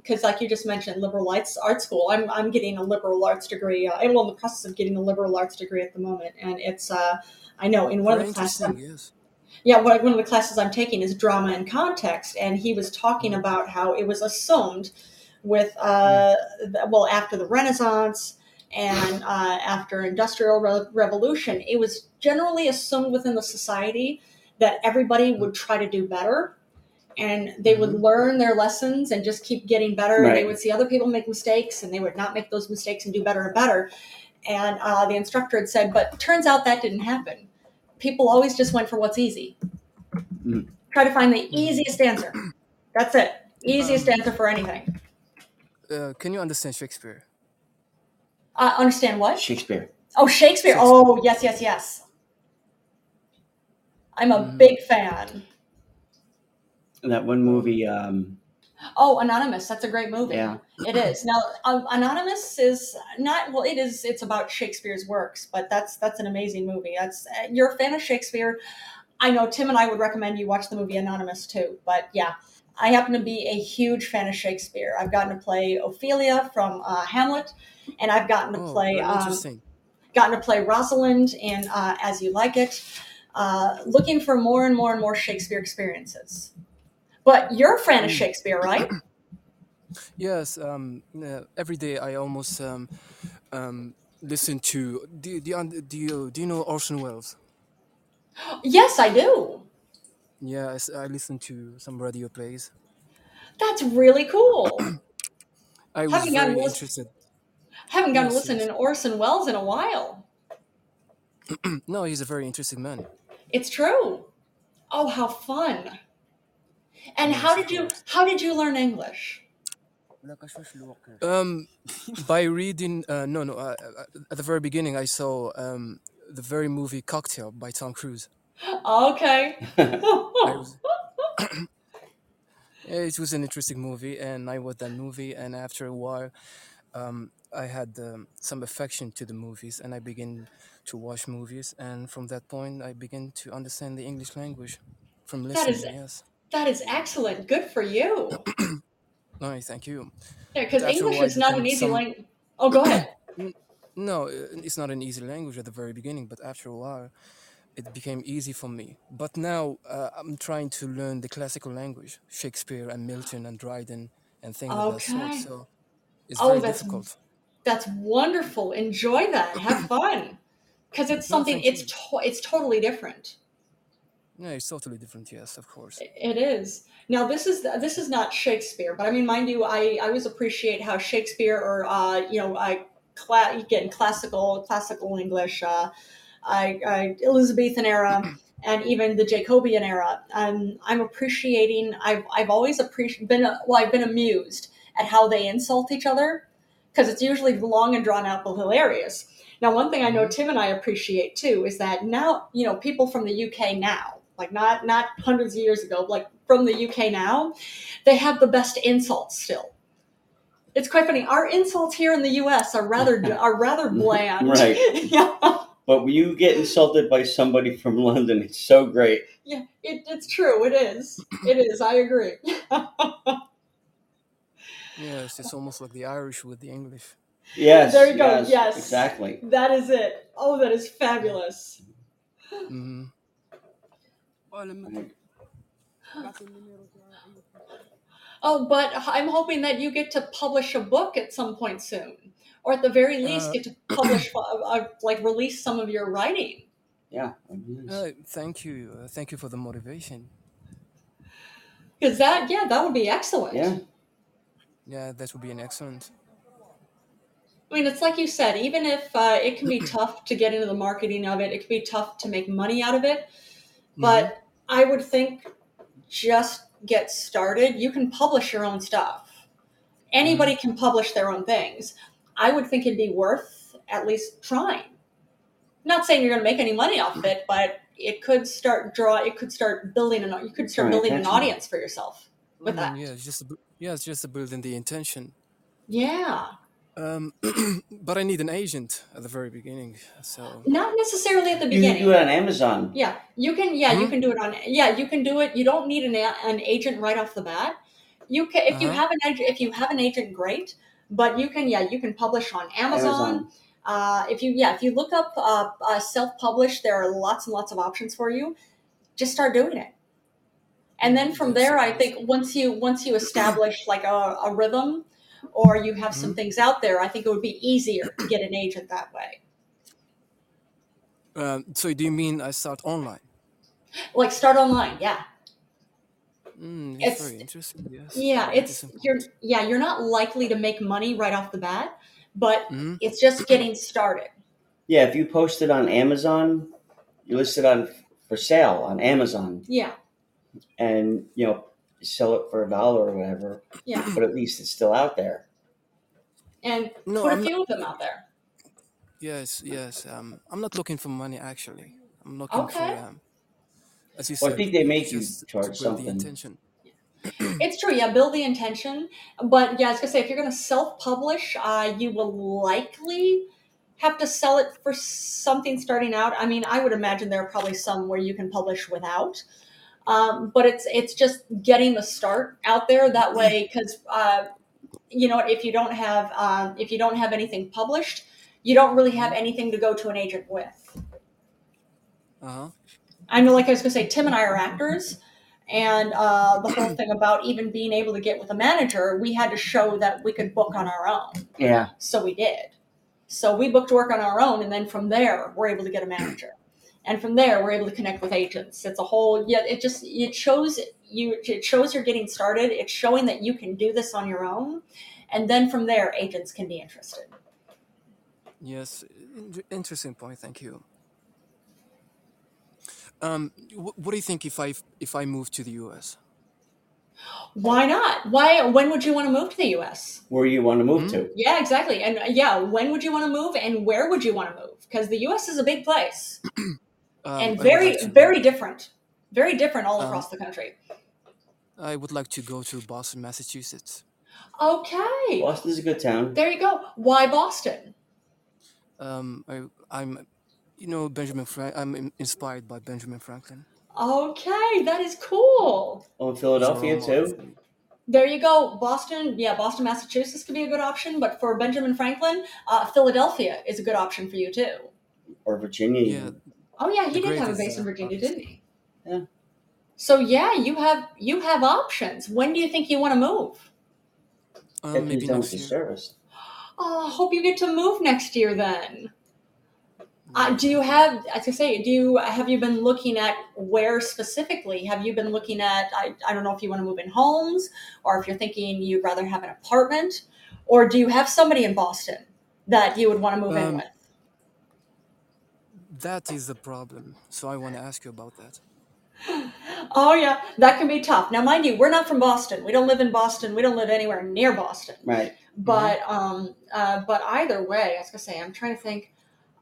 [SPEAKER 2] because, like you just mentioned, liberal arts art school. I'm I'm getting a liberal arts degree. Uh, well, in the process of getting a liberal arts degree at the moment, and it's uh, I know in one of
[SPEAKER 4] Very
[SPEAKER 2] the classes I'm
[SPEAKER 4] interesting. Yes.
[SPEAKER 2] yeah what, one of the classes i'm taking is drama and context and he was talking about how it was assumed with uh, th- well after the renaissance and uh, after industrial Re- revolution it was generally assumed within the society that everybody would try to do better and they would learn their lessons and just keep getting better. And they
[SPEAKER 1] Right.
[SPEAKER 2] would see other people make mistakes and they would not make those mistakes and do better and better. And uh, the instructor had said, but turns out that didn't happen. People always just went for what's easy.
[SPEAKER 1] Mm.
[SPEAKER 2] Try to find the easiest answer. That's it. Easiest
[SPEAKER 4] Um,
[SPEAKER 2] answer for anything.
[SPEAKER 4] Uh, can you understand Shakespeare?
[SPEAKER 2] Uh, understand what?
[SPEAKER 1] Shakespeare.
[SPEAKER 2] Oh, Shakespeare.
[SPEAKER 4] Shakespeare.
[SPEAKER 2] Oh, yes, yes, yes. I'm a
[SPEAKER 4] Mm.
[SPEAKER 2] big fan.
[SPEAKER 1] And that one movie, um,
[SPEAKER 2] Oh, Anonymous. That's a great movie.
[SPEAKER 1] Yeah.
[SPEAKER 2] It is. Now, um, Anonymous is not well. It is. It's about Shakespeare's works, but that's that's an amazing movie. That's uh, you're a fan of Shakespeare. I know Tim and I would recommend you watch the movie Anonymous too. But yeah, I happen to be a huge fan of Shakespeare. I've gotten to play Ophelia from uh, Hamlet, and I've gotten to
[SPEAKER 4] Oh,
[SPEAKER 2] play
[SPEAKER 4] very
[SPEAKER 2] um,
[SPEAKER 4] interesting.
[SPEAKER 2] gotten to play Rosalind in uh, As You Like It. Uh, looking for more and more and more Shakespeare experiences. But you're a fan of
[SPEAKER 4] Mm.
[SPEAKER 2] Shakespeare, right?
[SPEAKER 4] Yes, um, uh, every day I almost um, um, listen to. Do, you- do, you, un- do, you, do you know Orson Welles?
[SPEAKER 2] Yes, I do.
[SPEAKER 4] Yeah, I, s- I listen to some radio plays.
[SPEAKER 2] That's really
[SPEAKER 4] *clears throat*
[SPEAKER 2] cool.
[SPEAKER 4] I was
[SPEAKER 2] Haven't gotten
[SPEAKER 4] very
[SPEAKER 2] to listen,
[SPEAKER 4] interested.
[SPEAKER 2] haven't gotten to
[SPEAKER 4] Yes,
[SPEAKER 2] listen
[SPEAKER 4] yes.
[SPEAKER 2] to Orson Welles in a while.
[SPEAKER 4] Mm, No, he's a very interesting man.
[SPEAKER 2] It's true. Oh, how fun! And how
[SPEAKER 4] Yes,
[SPEAKER 2] did
[SPEAKER 4] of
[SPEAKER 2] you
[SPEAKER 4] course.
[SPEAKER 2] how did you learn English?
[SPEAKER 4] Um, by reading, uh, no, no. Uh, uh, at the very beginning, I saw um, the very movie Cocktail by Tom Cruise. *laughs*
[SPEAKER 2] Okay. *laughs*
[SPEAKER 4] I was, *coughs* it was an interesting movie, and I watched that movie. And after a while, um, I had um, some affection to the movies, and I began to watch movies. And from that point, I began to understand the English language from
[SPEAKER 2] that is
[SPEAKER 4] listening. Yes,
[SPEAKER 2] that is excellent. Good for you.
[SPEAKER 4] no, thank you.
[SPEAKER 2] Yeah, because
[SPEAKER 4] After a
[SPEAKER 2] English
[SPEAKER 4] while,
[SPEAKER 2] is
[SPEAKER 4] it
[SPEAKER 2] not an
[SPEAKER 4] became
[SPEAKER 2] easy
[SPEAKER 4] some
[SPEAKER 2] language. Oh, go ahead.
[SPEAKER 4] *clears throat* N- No, uh, it's not an easy language at the very beginning, but after a while, it became easy for me. But now uh, I'm trying to learn the classical language, Shakespeare and Milton and Dryden and things of that sort.
[SPEAKER 2] Okay.
[SPEAKER 4] So it's
[SPEAKER 2] Oh,
[SPEAKER 4] very
[SPEAKER 2] that's
[SPEAKER 4] difficult.
[SPEAKER 2] that's wonderful. Enjoy that. Have fun. Because it's
[SPEAKER 4] No,
[SPEAKER 2] something.
[SPEAKER 4] thank
[SPEAKER 2] It's
[SPEAKER 4] you.
[SPEAKER 2] to, it's totally different.
[SPEAKER 4] No, it's totally different. Yes, of course.
[SPEAKER 2] It is. Now this is this is not Shakespeare, but I mean, mind you, I, I always appreciate how Shakespeare or uh, you know I cla- again classical classical English, uh, I, I Elizabethan era, and even the Jacobean era. Um, I'm appreciating. I've I've always appreci- been uh, well. I've been amused at how they insult each other because it's usually long and drawn out, but hilarious. Now, one thing I know
[SPEAKER 4] hmm
[SPEAKER 2] Tim and I appreciate too is that now, you know, people from the UK now, like not not hundreds of years ago, but like from the UK now, they have the best insults still. It's quite funny. Our insults here in the US are rather are rather bland.
[SPEAKER 1] right.
[SPEAKER 2] *laughs* yeah.
[SPEAKER 1] But when you get insulted by somebody from *laughs* London, it's so great.
[SPEAKER 2] Yeah, it, it's true. It is. It is. I agree.
[SPEAKER 4] Yes, it's almost like the Irish with the English.
[SPEAKER 1] Yes,
[SPEAKER 2] there you go.
[SPEAKER 1] yes,
[SPEAKER 2] Yes.
[SPEAKER 1] exactly.
[SPEAKER 2] That is it. Oh, that is fabulous.
[SPEAKER 4] Mm-hmm.
[SPEAKER 1] Right.
[SPEAKER 2] Oh, but I'm hoping that you get to publish a book at some point soon, or at the very least,
[SPEAKER 4] Uh,
[SPEAKER 2] get to publish, uh, uh, like, release some of your writing.
[SPEAKER 1] Yeah, that'd be nice.
[SPEAKER 4] uh, thank you. Uh, thank you for the motivation.
[SPEAKER 2] Because that, yeah, that would be
[SPEAKER 4] Oh,
[SPEAKER 2] excellent.
[SPEAKER 1] Yeah,
[SPEAKER 4] Yeah, that would be an excellent.
[SPEAKER 2] I mean, it's like you said, even if uh, it can be tough to get into the marketing of it, it can be tough to make money out of it.
[SPEAKER 4] Mm-hmm.
[SPEAKER 2] But I would think just get started. You can publish your own stuff.
[SPEAKER 4] Mm-hmm.
[SPEAKER 2] Anybody can publish their own things. I would think it'd be worth at least trying. not saying you're going to make any money off
[SPEAKER 1] Mm-hmm.
[SPEAKER 2] of it, but it could start draw. It could start building an. You could start
[SPEAKER 1] drawing
[SPEAKER 2] building an
[SPEAKER 1] attention.
[SPEAKER 2] audience for yourself with
[SPEAKER 4] Mm,
[SPEAKER 2] that.
[SPEAKER 4] yeah, it's just a bu- yeah, it's just a building the intention.
[SPEAKER 2] Yeah,
[SPEAKER 4] Um, *clears throat* but I need an agent at the very beginning. So,
[SPEAKER 2] not necessarily at the
[SPEAKER 1] You can do it
[SPEAKER 2] beginning.
[SPEAKER 1] on Amazon.
[SPEAKER 2] Yeah, you can. Yeah, you
[SPEAKER 4] hmm?
[SPEAKER 2] can do it on. Yeah, you can do it. You don't need an a- an agent right off the bat. You can if you
[SPEAKER 4] Uh-huh.
[SPEAKER 2] have an agent. If you have an agent, great. But you can. Yeah, you can publish on Amazon.
[SPEAKER 1] Amazon.
[SPEAKER 2] Uh, if you yeah, if you look up uh, uh, self publish, there are lots and lots of options for you. Just start doing it. and then
[SPEAKER 4] Mm,
[SPEAKER 2] from
[SPEAKER 4] yes,
[SPEAKER 2] there
[SPEAKER 4] of
[SPEAKER 2] i
[SPEAKER 4] course.
[SPEAKER 2] think once you once you establish like a, a rhythm or you have some
[SPEAKER 4] hmm
[SPEAKER 2] things out there i think it would be easier to get an agent that way
[SPEAKER 4] Um, so do you mean I start online?
[SPEAKER 2] Like start online, yeah.
[SPEAKER 4] Mm, that's
[SPEAKER 2] It's
[SPEAKER 4] very interesting. Yes,
[SPEAKER 2] Yeah,
[SPEAKER 4] that is
[SPEAKER 2] it's you're
[SPEAKER 4] important.
[SPEAKER 2] yeah, you're not likely to make money right off the bat, but
[SPEAKER 4] hmm
[SPEAKER 2] it's just getting started.
[SPEAKER 1] Yeah, if you post it on Amazon, you list it on for sale on Amazon,
[SPEAKER 2] Yeah,
[SPEAKER 1] and you know sell it for a dollar or whatever.
[SPEAKER 2] yeah.
[SPEAKER 1] But at least it's still out there.
[SPEAKER 2] And
[SPEAKER 4] No,
[SPEAKER 2] put a
[SPEAKER 4] I'm not.
[SPEAKER 2] few of them out there.
[SPEAKER 4] Yes, yes. Um, I'm not looking for money actually. I'm looking for,
[SPEAKER 2] Okay.
[SPEAKER 4] um, as you
[SPEAKER 1] Well, I
[SPEAKER 4] said,
[SPEAKER 1] think they make you
[SPEAKER 4] just to
[SPEAKER 1] charge
[SPEAKER 4] build the
[SPEAKER 1] something.
[SPEAKER 4] intention.
[SPEAKER 2] It's true, yeah, build the intention. But yeah, I was gonna say if you're gonna self-publish, uh, you will likely have to sell it for something starting out. I mean, I would imagine there are probably some where you can publish without. Um, but it's it's just getting the start out there that way because uh, you know if you don't have um, if you don't have anything published you don't really have
[SPEAKER 4] hmm
[SPEAKER 2] anything to go to an agent with
[SPEAKER 4] Uh huh.
[SPEAKER 2] i know like i was going to say tim and i are actors and uh, the whole thing about even being able to get with a manager we had to show that we could book on our own
[SPEAKER 1] Yeah,
[SPEAKER 2] so we did so we booked work on our own and then from there we're able to get a manager and from there we're able to connect with agents it's a whole yeah it just it shows you it shows you're getting started it's showing that you can do this on your own and then from there agents can be interested
[SPEAKER 4] Yes, in- interesting point. Thank you. Um, wh- what do you think if I if I move to the U.S.?
[SPEAKER 2] why not why when would you want to move to the us
[SPEAKER 1] where you want to move
[SPEAKER 4] Hmm?
[SPEAKER 1] to?
[SPEAKER 2] yeah exactly and uh, yeah when would you want to move and where would you want to move because the us is a big place
[SPEAKER 4] Um,
[SPEAKER 2] and
[SPEAKER 4] I would like
[SPEAKER 2] very
[SPEAKER 4] to.
[SPEAKER 2] very different very different all
[SPEAKER 4] Uh,
[SPEAKER 2] across the country
[SPEAKER 4] I would like to go to Boston, Massachusetts.
[SPEAKER 2] okay
[SPEAKER 1] Boston's a good town.
[SPEAKER 2] there you go why boston
[SPEAKER 4] Um, I, I'm, you know, Benjamin. Frank, I'm in- inspired by Benjamin Franklin.
[SPEAKER 2] Okay, that is
[SPEAKER 1] Oh,
[SPEAKER 2] cool.
[SPEAKER 1] and
[SPEAKER 4] He's a
[SPEAKER 1] Philadelphia
[SPEAKER 4] role model
[SPEAKER 1] too.
[SPEAKER 4] for me.
[SPEAKER 2] There you go. Boston, yeah, Boston, Massachusetts could be a good option, but for Benjamin Franklin, uh, Philadelphia is a good option for you too.
[SPEAKER 1] or Virginia
[SPEAKER 4] Yeah,
[SPEAKER 1] even.
[SPEAKER 2] Oh yeah,
[SPEAKER 4] the
[SPEAKER 2] he did have a
[SPEAKER 4] greatest
[SPEAKER 2] base in
[SPEAKER 4] uh,
[SPEAKER 2] Virginia,
[SPEAKER 4] artist.
[SPEAKER 2] didn't he?
[SPEAKER 1] Yeah.
[SPEAKER 2] So yeah, you have you have options. When do you think you want to move?
[SPEAKER 4] Um,
[SPEAKER 1] After he's
[SPEAKER 4] maybe
[SPEAKER 1] done with
[SPEAKER 4] next
[SPEAKER 1] his
[SPEAKER 4] year.
[SPEAKER 1] service.
[SPEAKER 2] Oh, I hope you get to move next year then. Uh,
[SPEAKER 4] Yeah,
[SPEAKER 2] do you
[SPEAKER 4] thank you.
[SPEAKER 2] have, as I say, do you have you been looking at where specifically? Have you been looking at? I, I don't know if you want to move in homes or if you're thinking you'd rather have an apartment, or do you have somebody in Boston that you would want to move in
[SPEAKER 4] Um,
[SPEAKER 2] with?
[SPEAKER 4] that is the problem. So I want to ask you about that.
[SPEAKER 2] Oh yeah, that can be tough. Now, mind you, we're not from Boston. We don't live in Boston. We don't live anywhere near Boston.
[SPEAKER 1] Right.
[SPEAKER 4] hmm
[SPEAKER 2] But um, uh, but either way, I was gonna say, I'm trying to think.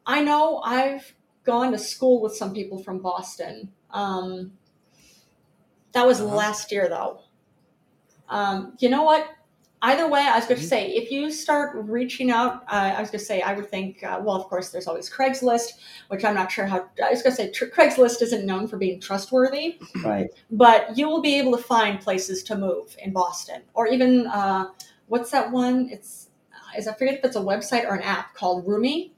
[SPEAKER 2] I know I've gone to school with some people from Boston. Um, that was
[SPEAKER 4] Uh huh.
[SPEAKER 2] last year though. um, you know what? Either way, I was going to
[SPEAKER 4] hmm
[SPEAKER 2] say, if you start reaching out, uh, I was going to say, I would think, uh, well, of course, there's always Craigslist, which I'm not sure how. I was going to say, tr- Craigslist isn't known for being trustworthy,
[SPEAKER 1] Right.
[SPEAKER 2] but you will be able to find places to move in Boston, or even uh, what's that one? It's is I forget if it's a website or an app called Roomy,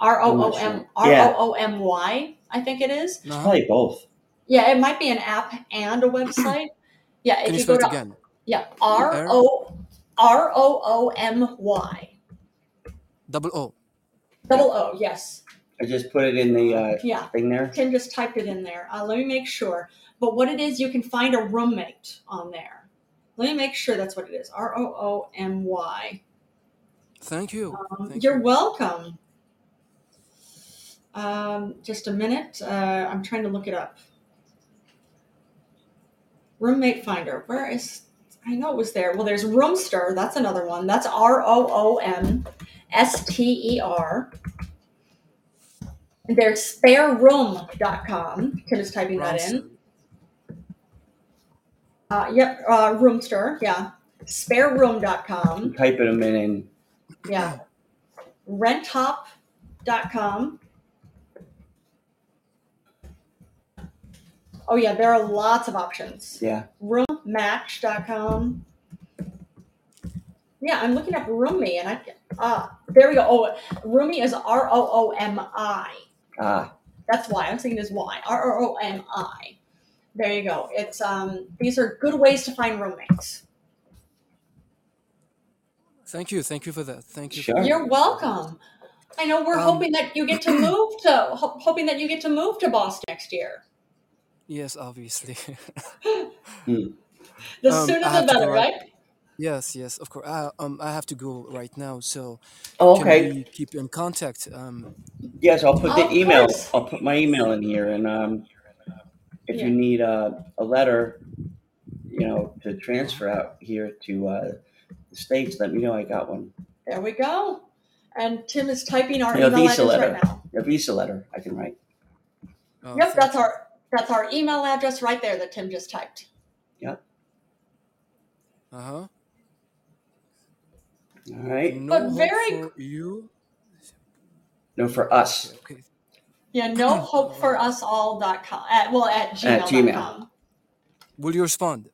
[SPEAKER 2] R O
[SPEAKER 1] I'm
[SPEAKER 2] O
[SPEAKER 1] not
[SPEAKER 2] M
[SPEAKER 1] sure.
[SPEAKER 2] R O
[SPEAKER 1] Yeah,
[SPEAKER 2] O M Y, I think it is.
[SPEAKER 4] Uh
[SPEAKER 1] it's
[SPEAKER 4] huh.
[SPEAKER 1] probably both.
[SPEAKER 2] Yeah, it might be an app and a website. *clears throat* Yeah,
[SPEAKER 4] Can
[SPEAKER 2] if
[SPEAKER 4] you
[SPEAKER 2] you
[SPEAKER 4] spell
[SPEAKER 2] go
[SPEAKER 4] it
[SPEAKER 2] to
[SPEAKER 4] again?
[SPEAKER 2] yeah, R
[SPEAKER 4] R
[SPEAKER 2] O R O O M Y.
[SPEAKER 4] double
[SPEAKER 1] Yeah.
[SPEAKER 4] O.
[SPEAKER 2] Double O, yes.
[SPEAKER 1] I just put it in
[SPEAKER 4] Uh
[SPEAKER 1] the
[SPEAKER 4] huh.
[SPEAKER 1] uh,
[SPEAKER 2] Yeah.
[SPEAKER 1] thing there.
[SPEAKER 2] Tim just typed it in there. Uh, let me make sure. But what it is, you can find a roommate on there. Let me make sure that's what it is. R O O M Y.
[SPEAKER 4] Thank you.
[SPEAKER 2] Um,
[SPEAKER 4] Thank
[SPEAKER 2] you're
[SPEAKER 4] you.
[SPEAKER 2] welcome. Um, just a minute. Uh, I'm trying to look it up. Roommate Finder. Where is? I know it was there. Well, there's Roomster. That's another one. That's R O O M S T E R. There's spareroom.com. Tim is typing that in.
[SPEAKER 4] Romster.
[SPEAKER 2] Uh, yep, uh, Roomster. Yeah.
[SPEAKER 1] I'm
[SPEAKER 2] Spareroom.com.
[SPEAKER 1] typing them in. And
[SPEAKER 2] Yeah. Renthop.com. Oh, yeah, there are lots of options.
[SPEAKER 1] yeah,
[SPEAKER 2] Roommatch.com. Yeah, I'm looking up Roomy and I, uh, there we go. Oh, Roomy is R O O M I.
[SPEAKER 1] ah,
[SPEAKER 2] That's why. I'm thinking is why. R O O M I. There you go. It's, um, these are good ways to find roommates.
[SPEAKER 4] Thank you. Thank you for that. Thank you for
[SPEAKER 1] sure.
[SPEAKER 2] You're
[SPEAKER 4] the for that.
[SPEAKER 2] welcome. I know we're
[SPEAKER 4] Um,
[SPEAKER 2] hoping that you get
[SPEAKER 4] *clears throat*
[SPEAKER 2] to move to ho- hoping that you get to move to Boston next year.
[SPEAKER 4] yes, obviously. *laughs*
[SPEAKER 2] The
[SPEAKER 4] Um,
[SPEAKER 2] sooner
[SPEAKER 4] I have
[SPEAKER 2] the
[SPEAKER 4] to go
[SPEAKER 2] better,
[SPEAKER 4] right.
[SPEAKER 2] right?
[SPEAKER 4] Yes, yes, of course. I, um, I have to go right now. So,
[SPEAKER 1] Oh,
[SPEAKER 4] can
[SPEAKER 1] okay.
[SPEAKER 4] we keep in contact? Um,
[SPEAKER 1] Yes, I'll put the
[SPEAKER 2] Of
[SPEAKER 1] email.
[SPEAKER 2] course.
[SPEAKER 1] I'll put my email in here, and um, if you
[SPEAKER 2] Yeah.
[SPEAKER 1] need uh, a letter, you know, to
[SPEAKER 4] uh-huh.
[SPEAKER 1] transfer out here to uh, the states, let me know. I got one.
[SPEAKER 2] There we go. And Tim is typing our
[SPEAKER 1] You know,
[SPEAKER 2] email
[SPEAKER 1] visa
[SPEAKER 2] address right
[SPEAKER 1] letter.
[SPEAKER 2] now.
[SPEAKER 1] A visa letter. I can write.
[SPEAKER 4] Oh,
[SPEAKER 2] Yep, that's
[SPEAKER 4] thank you.
[SPEAKER 2] our that's our email address right there that Tim just typed.
[SPEAKER 1] Yep.
[SPEAKER 4] Uh huh.
[SPEAKER 1] All right.
[SPEAKER 4] No
[SPEAKER 2] But
[SPEAKER 4] hope
[SPEAKER 2] very
[SPEAKER 4] for you.
[SPEAKER 1] No, for
[SPEAKER 4] Okay,
[SPEAKER 1] us
[SPEAKER 4] okay.
[SPEAKER 2] yeah, no hope
[SPEAKER 4] All
[SPEAKER 2] for
[SPEAKER 4] right.
[SPEAKER 2] us all dot com at well at
[SPEAKER 1] at
[SPEAKER 2] gmail dot
[SPEAKER 1] Gmail.
[SPEAKER 2] com.
[SPEAKER 4] Will you respond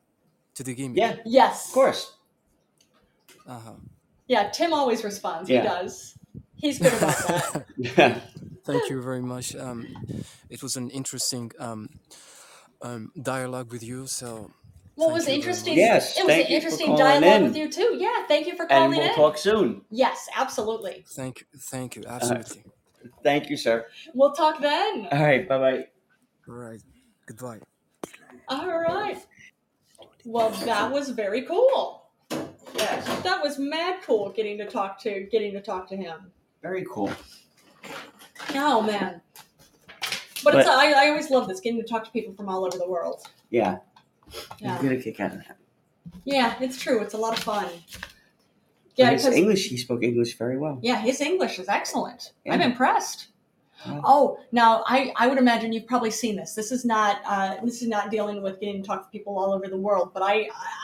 [SPEAKER 4] to the email?
[SPEAKER 1] Yeah, of
[SPEAKER 2] Yes.
[SPEAKER 1] course. *laughs*
[SPEAKER 4] Uh huh.
[SPEAKER 2] Yeah, Tim always responds. He
[SPEAKER 1] Yeah.
[SPEAKER 2] does.
[SPEAKER 4] *laughs*
[SPEAKER 2] He's good about that.
[SPEAKER 4] Thank you very much. Um, it was an interesting um, um, dialogue with you. So
[SPEAKER 2] What was
[SPEAKER 4] thank you very
[SPEAKER 2] interesting
[SPEAKER 4] much.
[SPEAKER 1] yes.
[SPEAKER 2] it was an
[SPEAKER 1] Thank you for
[SPEAKER 2] interesting
[SPEAKER 1] calling
[SPEAKER 2] dialogue with
[SPEAKER 1] in,
[SPEAKER 2] you too. Yeah, thank you for
[SPEAKER 1] and
[SPEAKER 2] calling
[SPEAKER 1] we'll
[SPEAKER 2] in.
[SPEAKER 1] talk soon.
[SPEAKER 2] Yes, absolutely.
[SPEAKER 4] Thank, thank you.
[SPEAKER 1] Uh,
[SPEAKER 4] Absolutely.
[SPEAKER 1] thank you, sir.
[SPEAKER 2] We'll talk then.
[SPEAKER 1] All right. Bye bye.
[SPEAKER 4] All right. Goodbye.
[SPEAKER 2] All right. Well, that was very cool.
[SPEAKER 1] Yes.
[SPEAKER 2] That was mad cool getting to talk to getting to talk to him.
[SPEAKER 1] Very cool.
[SPEAKER 2] Oh man. But
[SPEAKER 1] But
[SPEAKER 2] it's I, I always love this getting to talk to people from all over the world.
[SPEAKER 1] yeah, you
[SPEAKER 2] Yeah.
[SPEAKER 1] get a kick out of that.
[SPEAKER 2] Yeah, it's true. It's a lot of fun.
[SPEAKER 1] But
[SPEAKER 2] Yeah,
[SPEAKER 1] his
[SPEAKER 2] because
[SPEAKER 1] English, he spoke English very well.
[SPEAKER 2] yeah, his English is excellent. I'm
[SPEAKER 1] Yeah.
[SPEAKER 2] impressed.
[SPEAKER 1] yeah.
[SPEAKER 2] Oh, now I, I would imagine you've probably seen this. This is not uh, this is not dealing with getting to talk to people all over the world, but I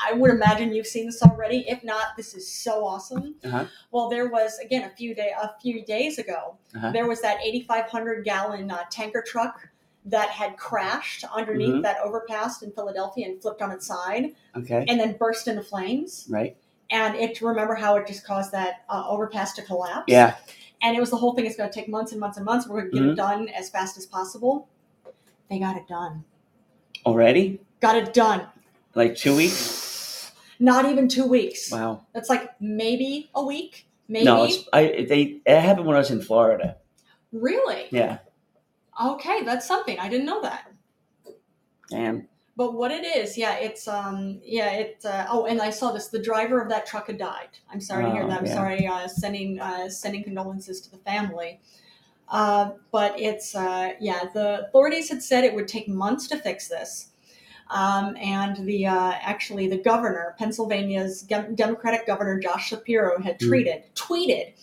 [SPEAKER 2] I would imagine you've seen this already. If not, this is so awesome.
[SPEAKER 1] Uh huh.
[SPEAKER 2] Well, there was again a few day a few days ago,
[SPEAKER 1] Uh huh.
[SPEAKER 2] there was that 8,500 gallon uh, tanker truck that had crashed underneath
[SPEAKER 1] Mm
[SPEAKER 2] that overpass in Philadelphia and flipped on its side
[SPEAKER 1] hmm. Okay.
[SPEAKER 2] and then burst into flames.
[SPEAKER 1] Right.
[SPEAKER 2] And it remember how it just caused that uh, overpass to collapse.
[SPEAKER 1] Yeah.
[SPEAKER 2] And it was the whole thing. It's going to take months and months and months. We're going to get it
[SPEAKER 1] Mm
[SPEAKER 2] done as fast as possible. They got it done.
[SPEAKER 1] hmm. Already?
[SPEAKER 2] Got it done.
[SPEAKER 1] Like two weeks?
[SPEAKER 2] Not even two weeks.
[SPEAKER 1] Wow.
[SPEAKER 2] That's like maybe a week.
[SPEAKER 1] No, it's
[SPEAKER 2] Maybe.
[SPEAKER 1] I. They it happened when I was in Florida.
[SPEAKER 2] Really?
[SPEAKER 1] Yeah.
[SPEAKER 2] Okay, that's something. I didn't know that.
[SPEAKER 1] Damn.
[SPEAKER 2] But what it is, yeah, it's um, yeah, it. Uh, oh, and I saw this. The driver of that truck had died. I'm sorry to hear
[SPEAKER 1] Oh
[SPEAKER 2] that. I'm
[SPEAKER 1] yeah.
[SPEAKER 2] sorry. Uh, sending uh, sending condolences to the family. Uh, but it's uh, yeah, the authorities had said it would take months to fix this. Um, and the uh, actually the governor, Pennsylvania's Dem- Democratic governor Josh Shapiro, had
[SPEAKER 1] Mm.
[SPEAKER 2] tweeted tweeted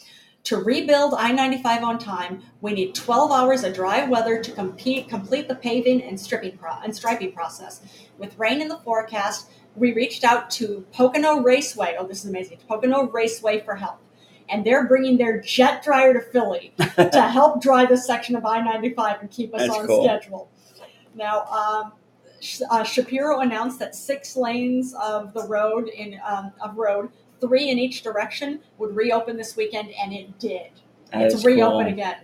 [SPEAKER 2] to rebuild I-95 on time. We need 12 hours of dry weather to compete, complete the paving and stripping pro- and striping process. With rain in the forecast, we reached out to Pocono Raceway. Oh, this is amazing! To Pocono Raceway for help, and they're bringing their jet dryer to
[SPEAKER 1] *laughs*
[SPEAKER 2] Philly to help dry this section of I-95 and keep us
[SPEAKER 1] That's
[SPEAKER 2] on
[SPEAKER 1] cool.
[SPEAKER 2] schedule. Now, um, Sh- uh, Shapiro announced that six lanes of the road in um, of road, three in each direction, would reopen this weekend, and it did.
[SPEAKER 1] That
[SPEAKER 2] It's
[SPEAKER 1] is
[SPEAKER 2] reopened
[SPEAKER 1] cool.
[SPEAKER 2] again.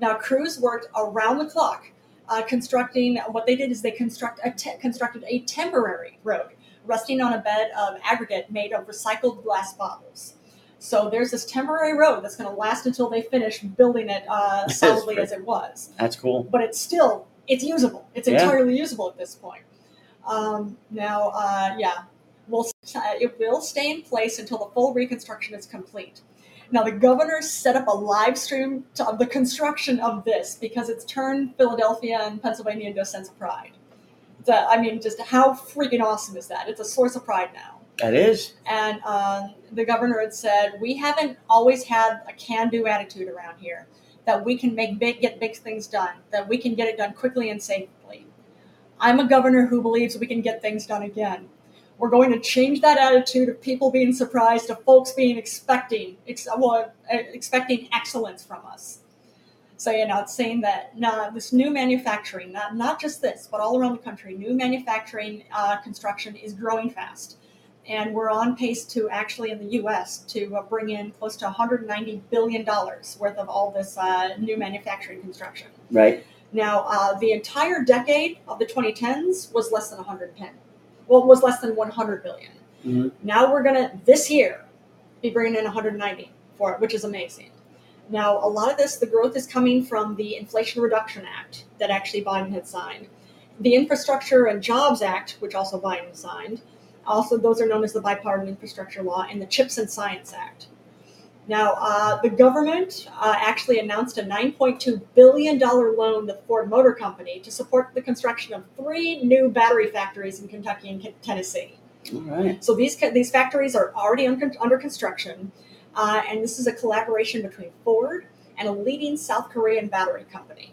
[SPEAKER 2] Now, crews worked around the clock uh, constructing. What they did is they construct a te- constructed a temporary road resting on a bed of aggregate made of recycled glass bottles. So there's this temporary road that's going to last until they finish building it uh,
[SPEAKER 1] That's
[SPEAKER 2] solidly
[SPEAKER 1] pretty,
[SPEAKER 2] as it was,
[SPEAKER 1] That's cool.
[SPEAKER 2] but it's still it's usable. It's
[SPEAKER 1] Yeah.
[SPEAKER 2] entirely usable at this point. Um, now, uh, yeah, will it will stay in place until the full reconstruction is complete. Now, the governor set up a live stream to, of the construction of this because it's turned Philadelphia and Pennsylvania into a sense of pride. The, I mean, just how freaking awesome is that? It's a source of pride now.
[SPEAKER 1] That is.
[SPEAKER 2] And um, the governor had said, "We haven't always had a can-do attitude around here. That we can make big, get big things done. That we can get it done quickly and safely." I'm a governor who believes we can get things done again. We're going to change that attitude of people being surprised to folks being expecting, ex- well, uh, expecting excellence from us. So you know, it's saying that now this new manufacturing, not not just this, but all around the country, new manufacturing uh, construction is growing fast, and we're on pace to actually in the U.S. to uh, bring in close to 190 billion dollars worth of all this uh, new manufacturing construction.
[SPEAKER 1] Right.
[SPEAKER 2] Now, uh, the entire decade of the 2010s was less than 100 pin. Well, was less than 100 billion.
[SPEAKER 1] hmm
[SPEAKER 2] Now we're gonna this year be bringing in 190 for it, which is amazing. Now, a lot of this, the growth is coming from the Inflation Reduction Act that actually Biden had signed, the Infrastructure and Jobs Act, which also Biden signed. Also, those are known as the Bipartisan Infrastructure Law and the Chips and Science Act. Now, uh, the government uh, actually announced a $9.2 billion loan to the Ford Motor Company to support the construction of three new battery factories in Kentucky and Ken- Tennessee.
[SPEAKER 1] All right.
[SPEAKER 2] So these ca- these factories are already un- under construction, uh, and this is a collaboration between Ford and a leading South Korean battery company.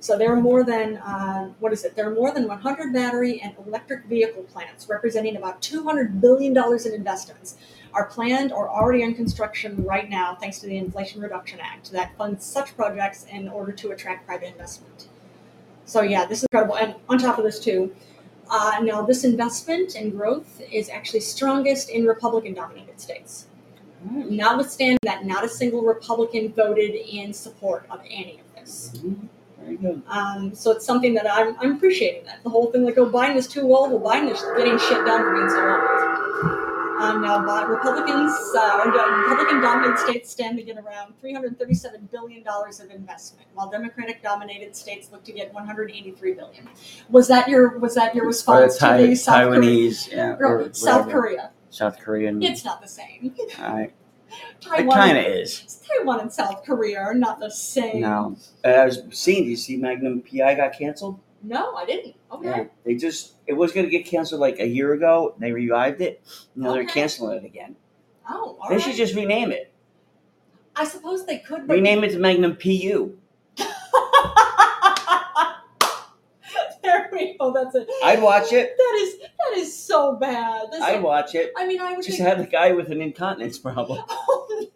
[SPEAKER 2] So there are more than uh, what is it? There are more than 100 battery and electric vehicle plants representing about 200 billion dollars in investments are planned or already in construction right now, thanks to the Inflation Reduction Act that funds such projects in order to attract private investment. So yeah, this is incredible. And on top of this too, uh, now, this investment and growth is actually strongest in Republican dominated states. Notwithstanding that, not a single Republican voted in support of any of this.
[SPEAKER 1] Mhm. Very good.
[SPEAKER 2] Um, so it's something that I'm, I'm appreciating that. The whole thing like, oh, Biden is too old. Well, Biden is getting shit done for being so old. Um, now, Bi- Republicans, uh, Republican dominated states stand to get around $337 billion of investment, while Democratic dominated states look to get $183 billion. Was that your, was that your
[SPEAKER 1] Or
[SPEAKER 2] response
[SPEAKER 1] Thai-
[SPEAKER 2] to the South Korea-
[SPEAKER 1] Taiwanese, yeah,
[SPEAKER 2] Right,
[SPEAKER 1] or
[SPEAKER 2] South
[SPEAKER 1] whatever. Hmm.
[SPEAKER 2] Korea.
[SPEAKER 1] South Korean.
[SPEAKER 2] It's not the same.
[SPEAKER 1] I, it
[SPEAKER 2] *laughs* Taiwan,
[SPEAKER 1] kind of is.
[SPEAKER 2] Taiwan and South Korea are not the same.
[SPEAKER 1] No, And I was seeing. Do you see Magnum PI got canceled?
[SPEAKER 2] No, I didn't. Okay.
[SPEAKER 1] Yeah, they just it was gonna get canceled like a year ago. and They revived it. Now they're
[SPEAKER 2] Okay.
[SPEAKER 1] canceling it again.
[SPEAKER 2] Oh, all
[SPEAKER 1] they
[SPEAKER 2] right.
[SPEAKER 1] should just rename it.
[SPEAKER 2] I suppose they could. But
[SPEAKER 1] Rename it to Magnum PU.
[SPEAKER 2] *laughs* there we go. That's it.
[SPEAKER 1] I'd watch it.
[SPEAKER 2] That is that is so bad. That's
[SPEAKER 1] I'd
[SPEAKER 2] like,
[SPEAKER 1] watch it.
[SPEAKER 2] I mean, I would
[SPEAKER 1] Just
[SPEAKER 2] think.
[SPEAKER 1] had the guy with an incontinence problem.
[SPEAKER 2] *laughs*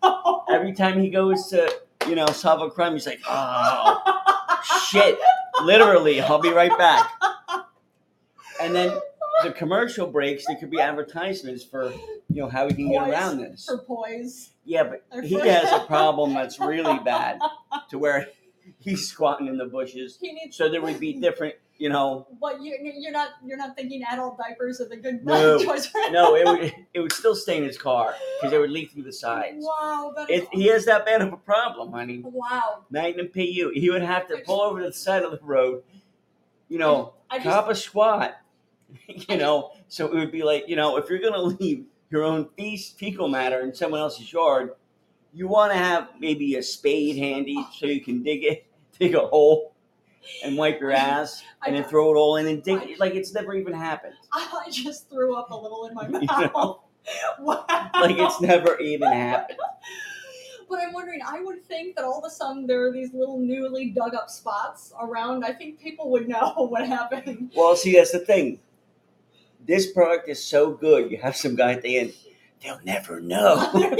[SPEAKER 2] Oh no.
[SPEAKER 1] Every time he goes to you know solve a crime, he's like, oh shit, literally. I'll be right back. And then the commercial breaks. There could be advertisements for you know how we can get
[SPEAKER 2] Poise.
[SPEAKER 1] around this.
[SPEAKER 2] For poise.
[SPEAKER 1] Yeah, but
[SPEAKER 2] Or
[SPEAKER 1] he
[SPEAKER 2] for-
[SPEAKER 1] has a problem that's really bad to where he's squatting in the bushes.
[SPEAKER 2] *laughs* He needs.
[SPEAKER 1] So there would be different, you know.
[SPEAKER 2] What you you're not you're not thinking adult diapers are the good
[SPEAKER 1] No.
[SPEAKER 2] *laughs* choice for
[SPEAKER 1] No, it would it would still stay in his car because it would leak through the sides.
[SPEAKER 2] Wow, that is
[SPEAKER 1] It, he has that bad of a problem, honey.
[SPEAKER 2] wow.
[SPEAKER 1] Magnum PU. He would have to pull over to the side of the road, you know,
[SPEAKER 2] I just
[SPEAKER 1] cop a squat, *laughs* you know. So it would be like, you know, if you're gonna leave your own feces, fecal matter in someone else's yard, you want to have maybe a spade handy so you can dig it, *laughs* dig a hole, and wipe your ass,
[SPEAKER 2] I
[SPEAKER 1] and then
[SPEAKER 2] ju-
[SPEAKER 1] throw it all in and dig it like it's never even happened.
[SPEAKER 2] *laughs* I just threw up a little in
[SPEAKER 1] *laughs*
[SPEAKER 2] my
[SPEAKER 1] You
[SPEAKER 2] mouth. *laughs* Wow.
[SPEAKER 1] Like it's never even happened.
[SPEAKER 2] But I'm wondering, I would think that all of a sudden there are these little newly dug up spots around. I think people would know *laughs* what happened.
[SPEAKER 1] Well, see, that's the thing. This product is so good. You have some guy at the end. They'll never know.
[SPEAKER 2] *laughs*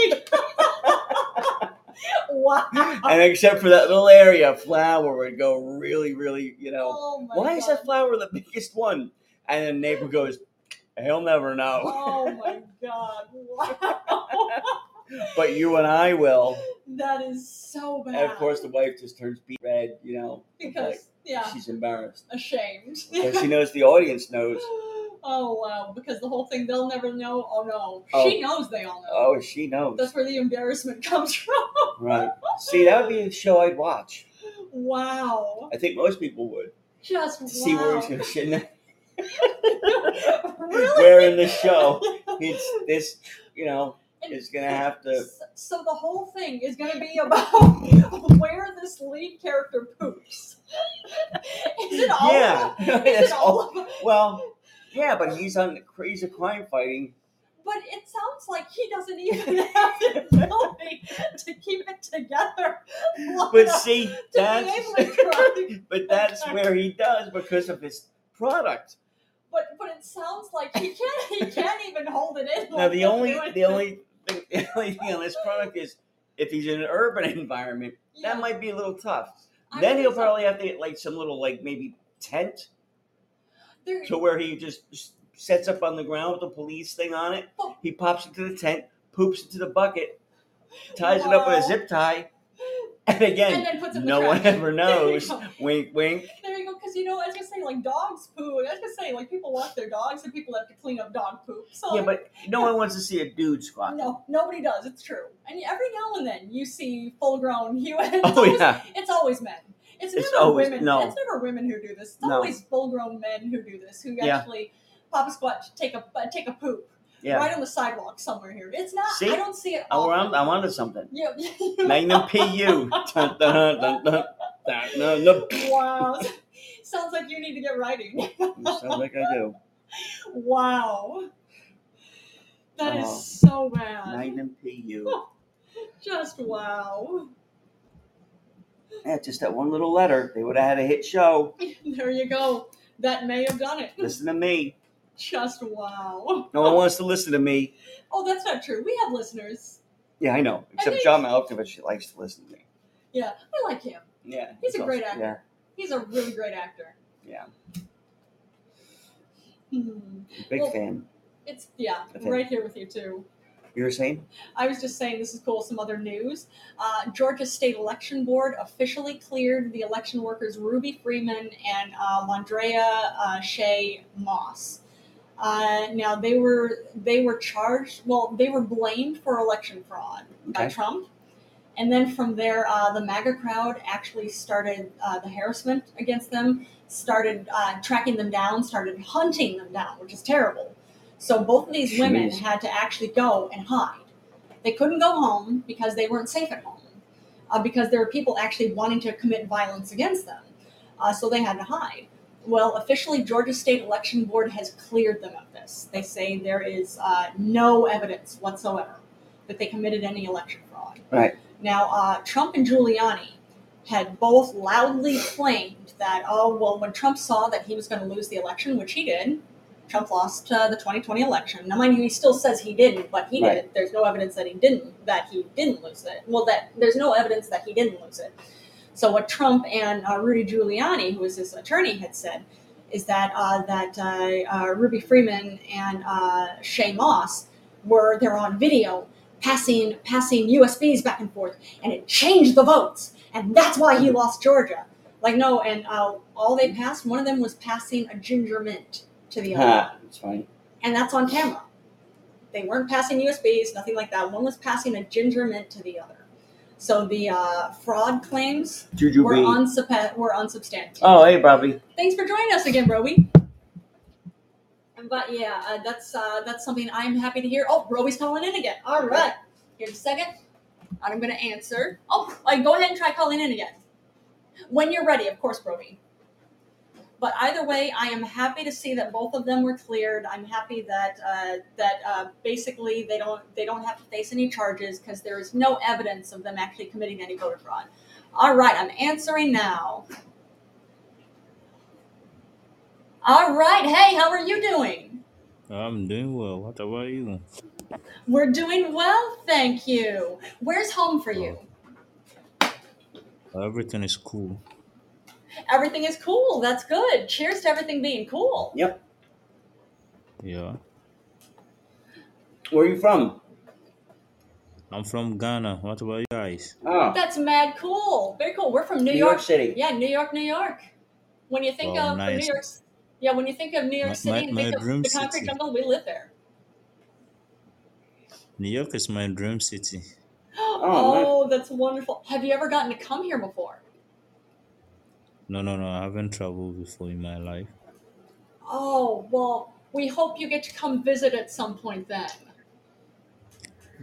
[SPEAKER 1] *laughs*
[SPEAKER 2] wow.
[SPEAKER 1] and except for that little area, flour would go really, really, you know.
[SPEAKER 2] Oh my
[SPEAKER 1] Why
[SPEAKER 2] god.
[SPEAKER 1] is that flour the biggest one? And then neighbor goes, he'll never know.
[SPEAKER 2] Oh my god. Wow.
[SPEAKER 1] *laughs* But you and I will.
[SPEAKER 2] that is so bad.
[SPEAKER 1] And of course, the wife just turns beet red, you know. like,
[SPEAKER 2] Because, yeah,
[SPEAKER 1] She's
[SPEAKER 2] *laughs*
[SPEAKER 1] embarrassed.
[SPEAKER 2] ashamed.
[SPEAKER 1] Because she knows the audience knows.
[SPEAKER 2] *laughs* Oh wow! Because the whole thing, they'll never know. Oh no,
[SPEAKER 1] Oh.
[SPEAKER 2] she knows they all know.
[SPEAKER 1] Oh, she knows.
[SPEAKER 2] That's where the embarrassment *laughs* comes from.
[SPEAKER 1] Right. See, that would be a show I'd watch.
[SPEAKER 2] Wow.
[SPEAKER 1] I think most people would.
[SPEAKER 2] Just wow.
[SPEAKER 1] To see where he's
[SPEAKER 2] *laughs*
[SPEAKER 1] going to shit next.
[SPEAKER 2] really?
[SPEAKER 1] Where in the
[SPEAKER 2] *laughs*
[SPEAKER 1] show it's this, you know, is going to have to.
[SPEAKER 2] So, so the whole thing is going to be about *laughs* where this lead character poops. *laughs* is it all?
[SPEAKER 1] Yeah. *laughs*
[SPEAKER 2] about- Is
[SPEAKER 1] That's
[SPEAKER 2] it
[SPEAKER 1] all.
[SPEAKER 2] all? about-
[SPEAKER 1] Well, yeah, but he's on he's a crime fighting.
[SPEAKER 2] But it sounds like he doesn't even *laughs* have the ability to keep it together.
[SPEAKER 1] *laughs* But see,
[SPEAKER 2] *laughs* to
[SPEAKER 1] that's
[SPEAKER 2] be able to drive.
[SPEAKER 1] *laughs* but that's where he does because of his product.
[SPEAKER 2] *laughs* But but it sounds like he can't he can't even hold it in.
[SPEAKER 1] Now
[SPEAKER 2] like
[SPEAKER 1] the
[SPEAKER 2] he'll
[SPEAKER 1] only
[SPEAKER 2] do it.
[SPEAKER 1] the only thing, the *laughs* only thing on this product is if he's in an urban *laughs* environment,
[SPEAKER 2] Yeah,
[SPEAKER 1] that might be a little tough.
[SPEAKER 2] I
[SPEAKER 1] then
[SPEAKER 2] mean,
[SPEAKER 1] he'll
[SPEAKER 2] it's-
[SPEAKER 1] probably have to get like some little like maybe tent
[SPEAKER 2] there-
[SPEAKER 1] to where he just s- sets up on the ground with the police thing on it.
[SPEAKER 2] Oh.
[SPEAKER 1] He pops into the tent, poops into the bucket, ties it up with a
[SPEAKER 2] Wow.
[SPEAKER 1] zip tie, And
[SPEAKER 2] and
[SPEAKER 1] again,
[SPEAKER 2] then puts it in the
[SPEAKER 1] no
[SPEAKER 2] trash.
[SPEAKER 1] one ever
[SPEAKER 2] *laughs* There you
[SPEAKER 1] knows.
[SPEAKER 2] go.
[SPEAKER 1] Wink, wink.
[SPEAKER 2] There you go, because you know, as I say, like dogs poo. and As I say, like people walk their dogs, and people have to clean up dog poop. So
[SPEAKER 1] Yeah, but no one wants to see a dude squat.
[SPEAKER 2] Oh. no, nobody does. It's true. And every now and then you see *laughs* full-grown human. It's,
[SPEAKER 1] *laughs* Oh
[SPEAKER 2] always,
[SPEAKER 1] yeah,
[SPEAKER 2] it's always men. It's,
[SPEAKER 1] It's
[SPEAKER 2] never
[SPEAKER 1] always-
[SPEAKER 2] women.
[SPEAKER 1] no.
[SPEAKER 2] It's never women who do this. It's
[SPEAKER 1] No.
[SPEAKER 2] always full-grown men who do this. Who
[SPEAKER 1] Yeah.
[SPEAKER 2] actually pop a squat, take a uh, take a poop
[SPEAKER 1] yeah.
[SPEAKER 2] right on the sidewalk somewhere here. It's not.
[SPEAKER 1] See?
[SPEAKER 2] I don't see it.
[SPEAKER 1] Oh,
[SPEAKER 2] often.
[SPEAKER 1] I'm, I'm onto something.
[SPEAKER 2] *laughs* Yeah.
[SPEAKER 1] *laughs* Magnum
[SPEAKER 2] *laughs*
[SPEAKER 1] PU. Dun, dun, dun, dun, dun, dun, dun, dun.
[SPEAKER 2] wow. *laughs* Sounds like you need to get writing.
[SPEAKER 1] Sounds like I do.
[SPEAKER 2] Wow. that is
[SPEAKER 1] Oh.
[SPEAKER 2] so bad.
[SPEAKER 1] Magnum PU.
[SPEAKER 2] *laughs* Just wow. *laughs*
[SPEAKER 1] Yeah, just that one little letter. They would have had a hit show.
[SPEAKER 2] There you go. That may have done it.
[SPEAKER 1] Listen to me.
[SPEAKER 2] *laughs* Just wow.
[SPEAKER 1] No one wants to listen to me.
[SPEAKER 2] Oh, that's not true. We have listeners.
[SPEAKER 1] Yeah, I know. Except
[SPEAKER 2] think-
[SPEAKER 1] John Malkovich he likes to listen to me.
[SPEAKER 2] Yeah, I like him.
[SPEAKER 1] Yeah.
[SPEAKER 2] He's a great
[SPEAKER 1] awesome.
[SPEAKER 2] He's a really great actor.
[SPEAKER 1] Yeah,
[SPEAKER 2] Hmm.
[SPEAKER 1] yeah. Big
[SPEAKER 2] Well-
[SPEAKER 1] fan.
[SPEAKER 2] It's yeah,
[SPEAKER 1] Okay.
[SPEAKER 2] right here with you too.
[SPEAKER 1] You were saying?
[SPEAKER 2] I was just saying this is cool. Some other news: uh, Georgia State Election Board officially cleared the election workers Ruby Freeman and uh, Landrea uh, Shea Moss. Uh, now they were they were charged. Well, they were blamed for election fraud by
[SPEAKER 1] Okay.
[SPEAKER 2] Trump, and then from there, uh, the MAGA crowd actually started uh, the harassment against them. Started uh, tracking them down. Started hunting them down, which is terrible. So both of these women
[SPEAKER 1] Jeez.
[SPEAKER 2] had to actually go and hide. They couldn't go home because they weren't safe at home, uh, because there were people actually wanting to commit violence against them. Uh, so they had to hide. Well, officially, Georgia State Election Board has cleared them of this. They say there is uh, no evidence whatsoever that they committed any election fraud.
[SPEAKER 1] Right.
[SPEAKER 2] Now, uh, Trump and Giuliani had both loudly claimed that, oh, well, when Trump saw that he was going to lose the election, which he did, Trump lost uh, the 2020 election. Now, mind you, he still says he didn't, but he
[SPEAKER 1] Right.
[SPEAKER 2] did. There's no evidence that he didn't, that he didn't lose it. Well, that there's no evidence that he didn't lose it. So what Trump and uh, Rudy Giuliani, who was his attorney, had said is that uh, that uh, uh, Ruby Freeman and uh, Shay Moss were they're on video passing passing USBs back and forth, and it changed the votes, and that's why he lost Georgia. Like no, and uh, all they passed, one of them was passing a ginger mint to the other one
[SPEAKER 1] Ha, it's funny.
[SPEAKER 2] and that's on camera. They weren't passing USBs, nothing like that. One was passing a ginger mint to the other. So the uh, fraud claims
[SPEAKER 1] Juju
[SPEAKER 2] were,
[SPEAKER 1] B.
[SPEAKER 2] unsupe- were unsubstantiated.
[SPEAKER 1] Oh, hey, Bobby.
[SPEAKER 2] Thanks for joining us again, Roby. But yeah, uh, that's uh, that's something I'm happy to hear. Oh, Roby's calling in again. All right, here's a second. I'm gonna answer. Oh, like go ahead and try calling in again when you're ready, of course, Roby. But either way, I am happy to see that both of them were cleared. I'm happy that uh, that uh, basically they don't they don't have to face any charges because there is no evidence of them actually committing any voter fraud. All right, I'm answering now. All right, hey, how are you doing?
[SPEAKER 5] I'm doing well. What about you?
[SPEAKER 2] We're doing well, thank you. Where's home for you?
[SPEAKER 5] Oh, everything is cool.
[SPEAKER 2] Everything is cool. That's good. Cheers to everything being cool.
[SPEAKER 1] Yep.
[SPEAKER 5] Yeah.
[SPEAKER 1] Where are you from?
[SPEAKER 5] I'm from Ghana. What about you guys?
[SPEAKER 1] Oh,
[SPEAKER 2] That's mad cool. Very cool. We're from New,
[SPEAKER 1] New York City.
[SPEAKER 2] Yeah, New York, New York. When you think
[SPEAKER 5] Wow,
[SPEAKER 2] of New
[SPEAKER 5] Oh, nice.
[SPEAKER 2] York, yeah, when you think of New York
[SPEAKER 5] My-
[SPEAKER 2] City,
[SPEAKER 5] my-
[SPEAKER 2] think
[SPEAKER 5] my
[SPEAKER 2] of
[SPEAKER 5] dream
[SPEAKER 2] the concrete
[SPEAKER 5] city.
[SPEAKER 2] jungle. We live there. *gasps*
[SPEAKER 5] New York is my dream city.
[SPEAKER 2] Oh, that's wonderful. Have you ever gotten to come here before?
[SPEAKER 5] No, no, no. I haven't traveled before in my life.
[SPEAKER 2] Oh, well, we hope you get to come visit at some point then.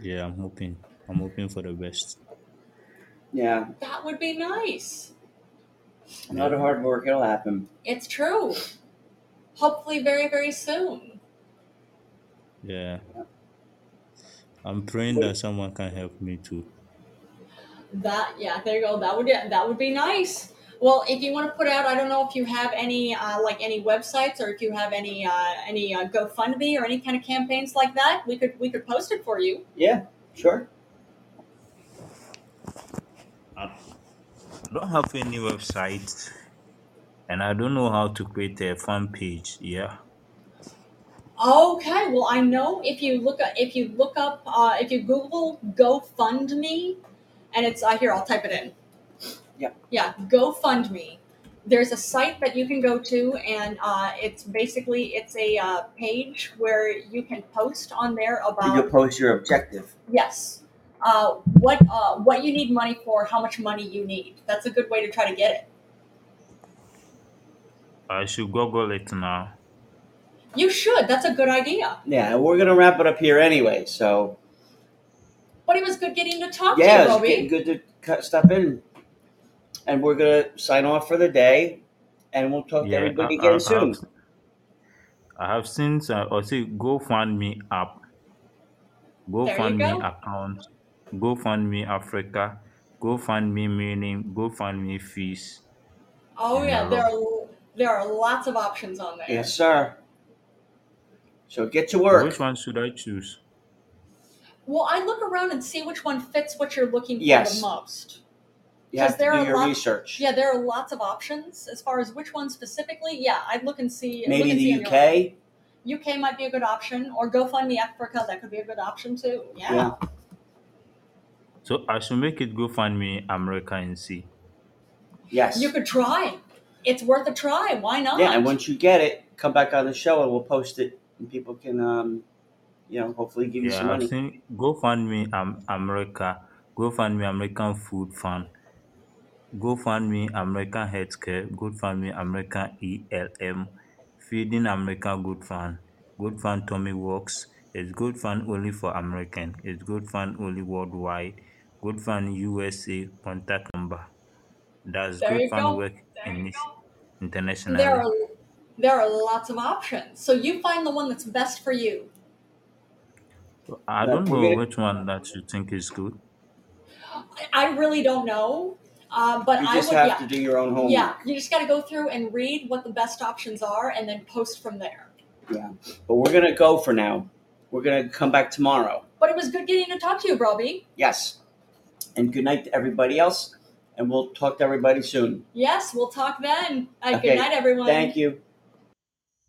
[SPEAKER 5] Yeah, I'm hoping. I'm hoping for the best.
[SPEAKER 1] Yeah.
[SPEAKER 2] That would be nice.
[SPEAKER 1] Not a hard work. It'll happen.
[SPEAKER 2] It's true. Hopefully, very, very soon.
[SPEAKER 5] Yeah. I'm praying that someone can help me too.
[SPEAKER 2] That yeah, there you go. That would yeah, that would be nice. Well, if you want to put out, I don't know if you have any uh, like any websites or if you have any uh, any uh, GoFundMe or any kind of campaigns like that, we could we could post it for you.
[SPEAKER 1] Yeah, sure.
[SPEAKER 5] I don't have any website, and I don't know how to create a fan page. Yeah.
[SPEAKER 2] Okay. Well, I know if you look up, if you look up uh, if you Google GoFundMe, and it's uh, here. I'll type it in.
[SPEAKER 1] Yep.
[SPEAKER 2] Yeah, GoFundMe. There's a site that you can go to, and uh, it's basically it's a uh, page where you can post on there
[SPEAKER 1] You can
[SPEAKER 2] about
[SPEAKER 1] post your objective.
[SPEAKER 2] yes, uh, what uh, what you need money for, how much money you need. That's a good way to try to get it.
[SPEAKER 5] I should Google it now.
[SPEAKER 2] You should. That's a good idea.
[SPEAKER 1] Yeah, and we're gonna wrap it up here anyway. So
[SPEAKER 2] But it was good getting to talk
[SPEAKER 1] yeah,
[SPEAKER 2] to you,
[SPEAKER 1] it's
[SPEAKER 2] Roby.
[SPEAKER 1] getting good to cut stuff in, and we're gonna sign off for the day, and we'll talk to
[SPEAKER 5] Yeah, I,
[SPEAKER 1] everybody again
[SPEAKER 5] I,
[SPEAKER 1] soon.
[SPEAKER 5] I've, I have seen some, or see GoFundMe app,
[SPEAKER 2] There you
[SPEAKER 5] GoFundMe
[SPEAKER 2] go.
[SPEAKER 5] account, GoFundMe Africa, GoFundMe meaning, GoFundMe fees,
[SPEAKER 2] Oh
[SPEAKER 5] and a
[SPEAKER 2] yeah, there
[SPEAKER 5] lot.
[SPEAKER 2] are there are lots of options on there.
[SPEAKER 1] uh, Yes, sir. So get to
[SPEAKER 5] So which
[SPEAKER 1] work.
[SPEAKER 5] one should I choose?
[SPEAKER 2] Well, I look around and see which one fits what you're looking for the
[SPEAKER 1] Yes.
[SPEAKER 2] most.
[SPEAKER 1] You
[SPEAKER 2] Because
[SPEAKER 1] have to
[SPEAKER 2] there
[SPEAKER 1] do
[SPEAKER 2] are
[SPEAKER 1] your
[SPEAKER 2] lots,
[SPEAKER 1] research.
[SPEAKER 2] yeah, there are lots of options as far as which one specifically. Yeah, I'd look and see, look
[SPEAKER 1] Maybe
[SPEAKER 2] and see on
[SPEAKER 1] the
[SPEAKER 2] your own.
[SPEAKER 1] UK.
[SPEAKER 2] UK might be a good option, or GoFundMe Africa. That could be a good option too. Yeah,
[SPEAKER 1] Yeah.
[SPEAKER 5] So I should make it GoFundMe America and see.
[SPEAKER 2] you
[SPEAKER 1] Yes.
[SPEAKER 2] could try. It's worth a try. Why
[SPEAKER 1] Yeah, and
[SPEAKER 2] not?
[SPEAKER 1] once you get it, come back on the show and we'll post it, and people can, um, you know, hopefully give you some
[SPEAKER 5] Yeah,
[SPEAKER 1] money.
[SPEAKER 5] I've seen GoFundMe um, America, GoFundMe American Food Fund, GoFundMe American Healthcare, GoFundMe American ELM, Feeding America Good Fund, Good Fund Tommy Works, it's Good Fund only for American, it's Good Fund only worldwide, Good Fund USA contact number. That's
[SPEAKER 2] There
[SPEAKER 5] Good
[SPEAKER 2] you
[SPEAKER 5] Fund
[SPEAKER 2] go.
[SPEAKER 5] work in
[SPEAKER 2] There
[SPEAKER 5] internationally.
[SPEAKER 2] are there are lots of options. So you find the one that's best for you.
[SPEAKER 5] I
[SPEAKER 1] But
[SPEAKER 5] don't
[SPEAKER 1] we're
[SPEAKER 5] know
[SPEAKER 1] gonna.
[SPEAKER 5] which one that you think is good.
[SPEAKER 2] I I really don't know, uh, but
[SPEAKER 1] You
[SPEAKER 2] I
[SPEAKER 1] just
[SPEAKER 2] would
[SPEAKER 1] have
[SPEAKER 2] yeah
[SPEAKER 1] to do your own
[SPEAKER 2] yeah.
[SPEAKER 1] homework.
[SPEAKER 2] You just got to go through and read what the best options are, and then post from there.
[SPEAKER 1] Yeah. But we're gonna go for now. We're gonna come back tomorrow.
[SPEAKER 2] But it was good getting to talk to you, Robbie.
[SPEAKER 1] Yes. And good night to everybody else. And we'll talk to everybody soon.
[SPEAKER 2] Yes, we'll talk then. Uh, good
[SPEAKER 1] Okay.
[SPEAKER 2] night, everyone.
[SPEAKER 1] Thank you.